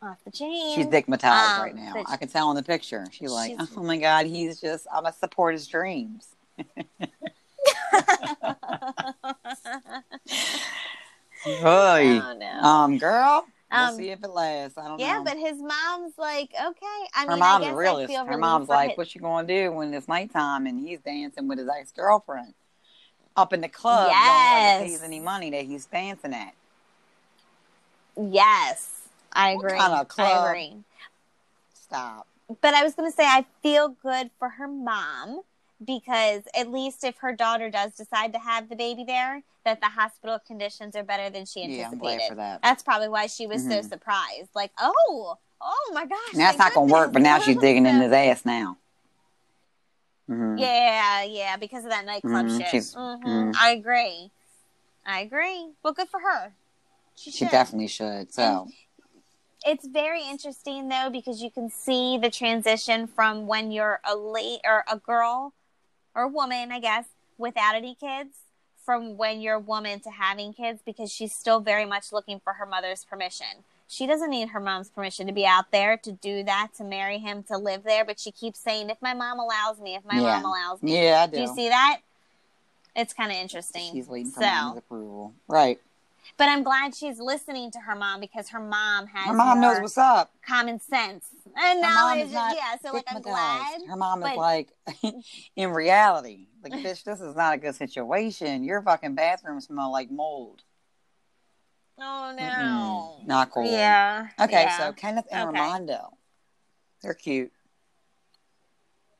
[SPEAKER 2] off the chain.
[SPEAKER 1] She's digmatized
[SPEAKER 2] Um,
[SPEAKER 1] right now.
[SPEAKER 2] but
[SPEAKER 1] I can tell in the picture. She's like,
[SPEAKER 2] she's-
[SPEAKER 1] oh my god, he's just. I'm gonna support his
[SPEAKER 2] (laughs)
[SPEAKER 1] dreams. (laughs) Oy.
[SPEAKER 2] oh no.
[SPEAKER 1] Um, girl,
[SPEAKER 2] Um,
[SPEAKER 1] we'll see if it lasts. I don't
[SPEAKER 2] yeah,
[SPEAKER 1] know.
[SPEAKER 2] but his mom's like, okay. I
[SPEAKER 1] um, her
[SPEAKER 2] mean, I
[SPEAKER 1] mom's
[SPEAKER 2] guess
[SPEAKER 1] a
[SPEAKER 2] I
[SPEAKER 1] realist.
[SPEAKER 2] feel
[SPEAKER 1] Her
[SPEAKER 2] relief
[SPEAKER 1] mom's
[SPEAKER 2] for
[SPEAKER 1] like,
[SPEAKER 2] his-
[SPEAKER 1] "What you gonna do when it's nighttime and he's dancing with his ex girlfriend up in the club? Don't
[SPEAKER 2] Yes.
[SPEAKER 1] pays any money that he's dancing at.
[SPEAKER 2] yes, I
[SPEAKER 1] What
[SPEAKER 2] agree.
[SPEAKER 1] kind of club?
[SPEAKER 2] I agree.
[SPEAKER 1] Stop.
[SPEAKER 2] But I was gonna say, I feel good for her mom because at least if her daughter does decide to have the baby there, that the hospital conditions are better than she
[SPEAKER 1] Yeah,
[SPEAKER 2] anticipated.
[SPEAKER 1] I'm glad for that.
[SPEAKER 2] That's probably why she was so
[SPEAKER 1] Mhm.
[SPEAKER 2] surprised. Like, oh, oh my gosh,
[SPEAKER 1] And that's
[SPEAKER 2] my
[SPEAKER 1] not gonna work. But now
[SPEAKER 2] goodness.
[SPEAKER 1] she's digging in
[SPEAKER 2] So-
[SPEAKER 1] his ass now. hmm
[SPEAKER 2] (laughs) Yeah, yeah, because of that nightclub
[SPEAKER 1] Mhm,
[SPEAKER 2] shit.
[SPEAKER 1] she's-
[SPEAKER 2] Mhm,
[SPEAKER 1] mm.
[SPEAKER 2] I agree. I agree. Well, good for her. She,
[SPEAKER 1] She
[SPEAKER 2] should.
[SPEAKER 1] definitely should. So
[SPEAKER 2] It's very interesting though because you can see the transition from when you're a late or a girl or woman, I guess, without any kids, from when you're a woman to having kids because she's still very much looking for her mother's permission. She doesn't need her mom's permission to be out there to do that, to marry him, to live there, but she keeps saying, "If my mom allows me, if my
[SPEAKER 1] Yeah.
[SPEAKER 2] mom allows me."
[SPEAKER 1] yeah, I
[SPEAKER 2] Do you
[SPEAKER 1] do.
[SPEAKER 2] see that? It's kind of interesting.
[SPEAKER 1] She's waiting for
[SPEAKER 2] so,
[SPEAKER 1] mom's approval, right?
[SPEAKER 2] but I'm glad she's listening to her mom because her mom has
[SPEAKER 1] Her mom knows
[SPEAKER 2] more
[SPEAKER 1] what's up.
[SPEAKER 2] common sense and
[SPEAKER 1] Her mom
[SPEAKER 2] knowledge.
[SPEAKER 1] is not
[SPEAKER 2] Yeah, so like I'm
[SPEAKER 1] stigmatized.
[SPEAKER 2] glad.
[SPEAKER 1] Her mom is
[SPEAKER 2] but-
[SPEAKER 1] like, (laughs) in reality, like, bitch, this is not a good situation. Your fucking bathroom smell like mold.
[SPEAKER 2] Oh
[SPEAKER 1] Mm-mm.
[SPEAKER 2] no.
[SPEAKER 1] Not cool.
[SPEAKER 2] Yeah.
[SPEAKER 1] Okay,
[SPEAKER 2] yeah.
[SPEAKER 1] so Kenneth and
[SPEAKER 2] Okay.
[SPEAKER 1] Armando. They're cute.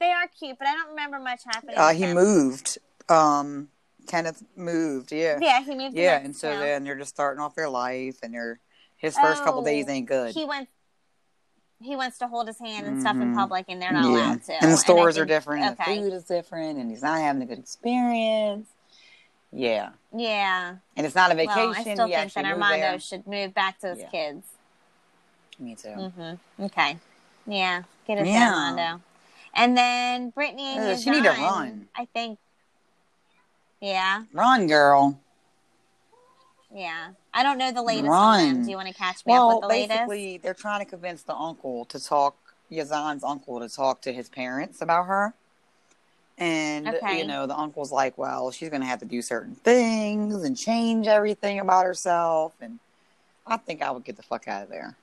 [SPEAKER 2] they are cute, but I don't remember much happening.
[SPEAKER 1] Uh,
[SPEAKER 2] with
[SPEAKER 1] he
[SPEAKER 2] them.
[SPEAKER 1] moved. Um, Kenneth moved, yeah.
[SPEAKER 2] Yeah, he moved. to
[SPEAKER 1] Yeah, and so
[SPEAKER 2] Mexico.
[SPEAKER 1] then they're just starting off their life, and they're, his first couple
[SPEAKER 2] Oh,
[SPEAKER 1] days ain't good.
[SPEAKER 2] he went. He wants to hold his hand and stuff in
[SPEAKER 1] Mhm.
[SPEAKER 2] public, and they're not allowed to.
[SPEAKER 1] And the
[SPEAKER 2] I
[SPEAKER 1] stores are
[SPEAKER 2] think-
[SPEAKER 1] different,
[SPEAKER 2] okay.
[SPEAKER 1] and the food is different, and he's not having a good experience. Yeah.
[SPEAKER 2] Yeah.
[SPEAKER 1] And it's not a vacation.
[SPEAKER 2] Well, I still
[SPEAKER 1] he
[SPEAKER 2] think
[SPEAKER 1] actually
[SPEAKER 2] that
[SPEAKER 1] moved
[SPEAKER 2] Armando
[SPEAKER 1] there.
[SPEAKER 2] should move back to his
[SPEAKER 1] Yeah.
[SPEAKER 2] kids.
[SPEAKER 1] Me too.
[SPEAKER 2] Mm-hmm. Okay. Yeah. Get it
[SPEAKER 1] Yeah.
[SPEAKER 2] down, Londo. And then Brittany and
[SPEAKER 1] Ugh,
[SPEAKER 2] Yazan,
[SPEAKER 1] she need to run.
[SPEAKER 2] I think. Yeah.
[SPEAKER 1] Run, girl.
[SPEAKER 2] Yeah. I don't know the latest on them.
[SPEAKER 1] Run.
[SPEAKER 2] Do you want to catch me
[SPEAKER 1] Well,
[SPEAKER 2] up with the
[SPEAKER 1] basically,
[SPEAKER 2] latest?
[SPEAKER 1] they're trying to convince the uncle to talk, Yazan's uncle to talk to his parents about her. And,
[SPEAKER 2] Okay.
[SPEAKER 1] you know, the uncle's like, well, she's going to have to do certain things and change everything about herself. And I think I would get the fuck out of there.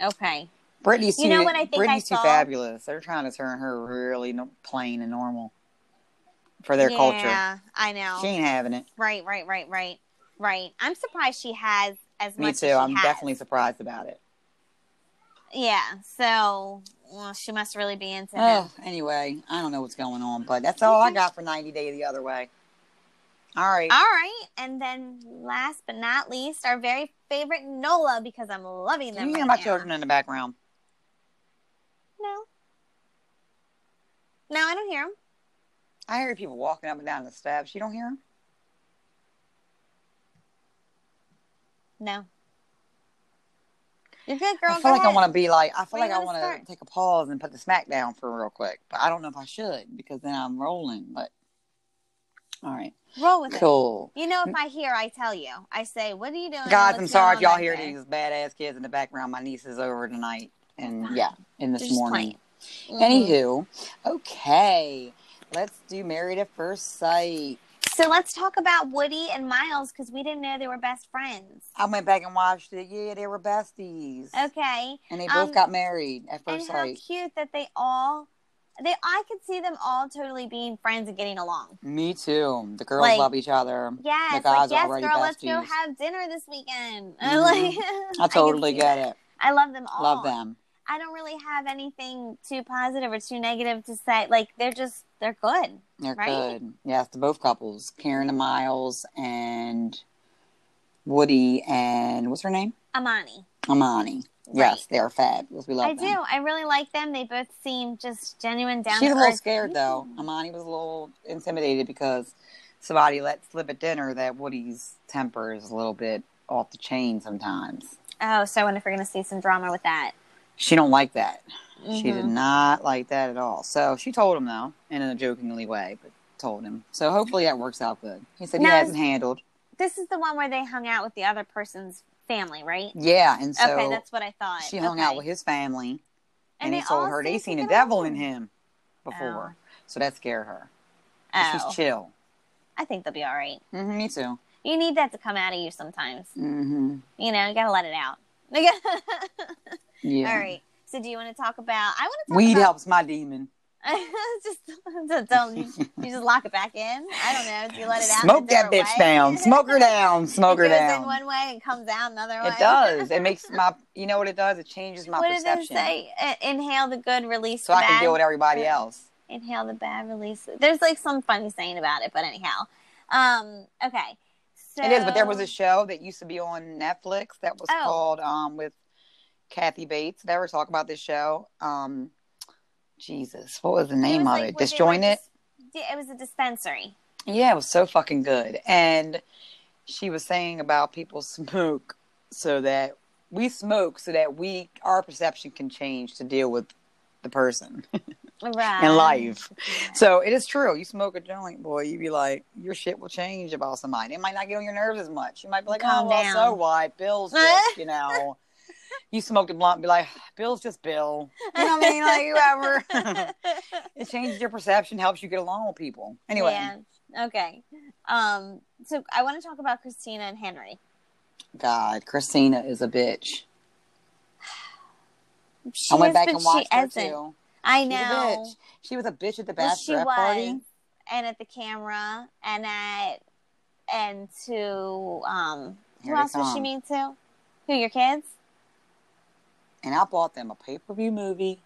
[SPEAKER 2] Okay.
[SPEAKER 1] Brittany's too,
[SPEAKER 2] You know what I think I
[SPEAKER 1] Brittany's too
[SPEAKER 2] saw?
[SPEAKER 1] fabulous. They're trying to turn her really no, plain and normal for their
[SPEAKER 2] yeah,
[SPEAKER 1] culture.
[SPEAKER 2] I know.
[SPEAKER 1] She ain't having it.
[SPEAKER 2] Right, right, right, right. Right. I'm surprised she has as
[SPEAKER 1] Me
[SPEAKER 2] much
[SPEAKER 1] too.
[SPEAKER 2] as she
[SPEAKER 1] I'm
[SPEAKER 2] has.
[SPEAKER 1] definitely surprised about it.
[SPEAKER 2] Yeah. So well, she must really be into him.
[SPEAKER 1] Oh, anyway, I don't know what's going on, but that's all I got for 90 Day the Other Way. All right.
[SPEAKER 2] All right. And then last but not least, our very favorite Nola because I'm loving
[SPEAKER 1] Can
[SPEAKER 2] them.
[SPEAKER 1] you hear
[SPEAKER 2] right
[SPEAKER 1] my
[SPEAKER 2] now.
[SPEAKER 1] children in the background?
[SPEAKER 2] No. No, I don't hear him.
[SPEAKER 1] I hear people walking up and down the steps. You don't hear them?
[SPEAKER 2] No. You're good, girl.
[SPEAKER 1] I feel
[SPEAKER 2] Go
[SPEAKER 1] like I
[SPEAKER 2] ahead.
[SPEAKER 1] want to be like, I feel
[SPEAKER 2] Where
[SPEAKER 1] like
[SPEAKER 2] you
[SPEAKER 1] I want
[SPEAKER 2] wanna start?
[SPEAKER 1] to take a pause and put the smack down for real quick, but I don't know if I should because then I'm rolling. But all right,
[SPEAKER 2] roll with
[SPEAKER 1] cool.
[SPEAKER 2] it. You know, if I hear, I tell you. I say, "What are you doing?"
[SPEAKER 1] Guys,
[SPEAKER 2] What's
[SPEAKER 1] I'm sorry
[SPEAKER 2] going
[SPEAKER 1] if y'all
[SPEAKER 2] Uh, on
[SPEAKER 1] hear
[SPEAKER 2] back there?
[SPEAKER 1] these badass kids in the background. My niece is over tonight and
[SPEAKER 2] Fine.
[SPEAKER 1] yeah, and
[SPEAKER 2] They're
[SPEAKER 1] this
[SPEAKER 2] just
[SPEAKER 1] morning.
[SPEAKER 2] playing. Mhm.
[SPEAKER 1] Anywho, okay, let's do Married at First Sight.
[SPEAKER 2] So let's talk about Woody and Miles because we didn't know they were best friends.
[SPEAKER 1] I went back and watched it. Yeah, they were besties.
[SPEAKER 2] Okay,
[SPEAKER 1] And they both
[SPEAKER 2] um,
[SPEAKER 1] got married at
[SPEAKER 2] and
[SPEAKER 1] first
[SPEAKER 2] how
[SPEAKER 1] sight.
[SPEAKER 2] cute that they all they I could see them all totally being friends and getting along.
[SPEAKER 1] Me too. The girls
[SPEAKER 2] Like-
[SPEAKER 1] love each other.
[SPEAKER 2] Yes,
[SPEAKER 1] guys
[SPEAKER 2] like
[SPEAKER 1] are
[SPEAKER 2] yes,
[SPEAKER 1] already
[SPEAKER 2] girl, let's go
[SPEAKER 1] besties.
[SPEAKER 2] have dinner this weekend. (laughs)
[SPEAKER 1] Mhm.
[SPEAKER 2] Like,
[SPEAKER 1] I
[SPEAKER 2] could
[SPEAKER 1] totally
[SPEAKER 2] see
[SPEAKER 1] get
[SPEAKER 2] that.
[SPEAKER 1] it.
[SPEAKER 2] I love them all.
[SPEAKER 1] Love them.
[SPEAKER 2] I don't really have anything too positive or too negative to say. Like they're just they're good.
[SPEAKER 1] They're
[SPEAKER 2] Right?
[SPEAKER 1] good. Yes, the both couples, Karen and Miles, and Woody and what's her name?
[SPEAKER 2] Amani.
[SPEAKER 1] Amani. Yes, they are fabulous. We love
[SPEAKER 2] I
[SPEAKER 1] them.
[SPEAKER 2] do. I really like them. They both seem just genuine down
[SPEAKER 1] She's a
[SPEAKER 2] to
[SPEAKER 1] little
[SPEAKER 2] earth Mm-hmm.
[SPEAKER 1] scared though.
[SPEAKER 2] people.
[SPEAKER 1] Amani was a little intimidated because somebody let slip at dinner that Woody's temper is a little bit off the chain sometimes.
[SPEAKER 2] Oh, so I wonder if we're going to see some drama with that.
[SPEAKER 1] She don't like that. She did
[SPEAKER 2] Mhm.
[SPEAKER 1] not like that at all. So she told him though, in a jokingly way, but told him. So hopefully that works out good. He said he
[SPEAKER 2] Now is-
[SPEAKER 1] hasn't handled.
[SPEAKER 2] This is the one where they hung out with the other person's family, right?
[SPEAKER 1] Yeah, and so
[SPEAKER 2] okay, that's what I thought.
[SPEAKER 1] she hung out
[SPEAKER 2] Okay.
[SPEAKER 1] with his family, and, he
[SPEAKER 2] they
[SPEAKER 1] told
[SPEAKER 2] all
[SPEAKER 1] her they
[SPEAKER 2] seem to
[SPEAKER 1] seen a
[SPEAKER 2] get
[SPEAKER 1] devil in
[SPEAKER 2] along.
[SPEAKER 1] him before, so that scared her. But
[SPEAKER 2] Oh,
[SPEAKER 1] She's chill.
[SPEAKER 2] I think they'll be all right.
[SPEAKER 1] hmm me too.
[SPEAKER 2] You need that to come out of you sometimes.
[SPEAKER 1] hmm
[SPEAKER 2] You know, you got to let it out. (laughs)
[SPEAKER 1] Yeah.
[SPEAKER 2] All right. So, do you want to talk about? I want to talk
[SPEAKER 1] Weed
[SPEAKER 2] about.
[SPEAKER 1] helps my demon.
[SPEAKER 2] (laughs) just, just don't you,
[SPEAKER 1] (laughs)
[SPEAKER 2] you just lock it back in? I don't know. Do you let it out?
[SPEAKER 1] Smoke
[SPEAKER 2] a
[SPEAKER 1] that
[SPEAKER 2] different
[SPEAKER 1] bitch
[SPEAKER 2] way?
[SPEAKER 1] down. Smoke her down. Smoke her
[SPEAKER 2] (laughs) it goes
[SPEAKER 1] down.
[SPEAKER 2] in one way and comes out another way.
[SPEAKER 1] It does. It makes my. You know what it does? It
[SPEAKER 2] (laughs)
[SPEAKER 1] changes my
[SPEAKER 2] what did
[SPEAKER 1] perception.
[SPEAKER 2] it say? Uh, inhale the good, release
[SPEAKER 1] So
[SPEAKER 2] the
[SPEAKER 1] I can
[SPEAKER 2] bad.
[SPEAKER 1] deal with everybody else.
[SPEAKER 2] Inhale the bad, release. the- There's like some funny saying about it, but anyhow. Um. Okay. So
[SPEAKER 1] It is, but there was a show that used to be on Netflix that was
[SPEAKER 2] Oh.
[SPEAKER 1] called um with Kathy Bates. They were talking about this show. Um Jesus, what was the
[SPEAKER 2] It was,
[SPEAKER 1] name
[SPEAKER 2] like,
[SPEAKER 1] of it?
[SPEAKER 2] where they, like,
[SPEAKER 1] Disjointed?
[SPEAKER 2] dis- Yeah, it was a dispensary.
[SPEAKER 1] Yeah, it was so fucking good. And she was saying about people smoke so that we smoke so that we our perception can change to deal with the person
[SPEAKER 2] Right.
[SPEAKER 1] in life. So it is true. You smoke a joint, boy, you be like, your shit will change about somebody. It might not get on your nerves as much. You might be like,
[SPEAKER 2] Calm
[SPEAKER 1] oh, well,
[SPEAKER 2] down.
[SPEAKER 1] so what?
[SPEAKER 2] (laughs)
[SPEAKER 1] Bill's just, you know. You smoked a blunt, be like, Bill's just Bill. You know what I mean? Like,
[SPEAKER 2] (laughs)
[SPEAKER 1] whoever. (laughs) it changes your perception, helps you get along with people. Anyway,
[SPEAKER 2] Yeah. Okay. Um. So I want to talk about Christina and Henry.
[SPEAKER 1] God, Christina is a bitch.
[SPEAKER 2] She
[SPEAKER 1] I went
[SPEAKER 2] is,
[SPEAKER 1] back
[SPEAKER 2] but
[SPEAKER 1] and watched
[SPEAKER 2] she
[SPEAKER 1] her
[SPEAKER 2] isn't.
[SPEAKER 1] too.
[SPEAKER 2] I
[SPEAKER 1] She's a
[SPEAKER 2] know.
[SPEAKER 1] bitch. She was a bitch at the
[SPEAKER 2] Well,
[SPEAKER 1] bachelorette
[SPEAKER 2] she was,
[SPEAKER 1] party.
[SPEAKER 2] and at the camera, and at and to um.
[SPEAKER 1] Here
[SPEAKER 2] who
[SPEAKER 1] they
[SPEAKER 2] else was she
[SPEAKER 1] come.
[SPEAKER 2] mean to? Who
[SPEAKER 1] (laughs)
[SPEAKER 2] your kids?
[SPEAKER 1] And I bought them a pay per view movie,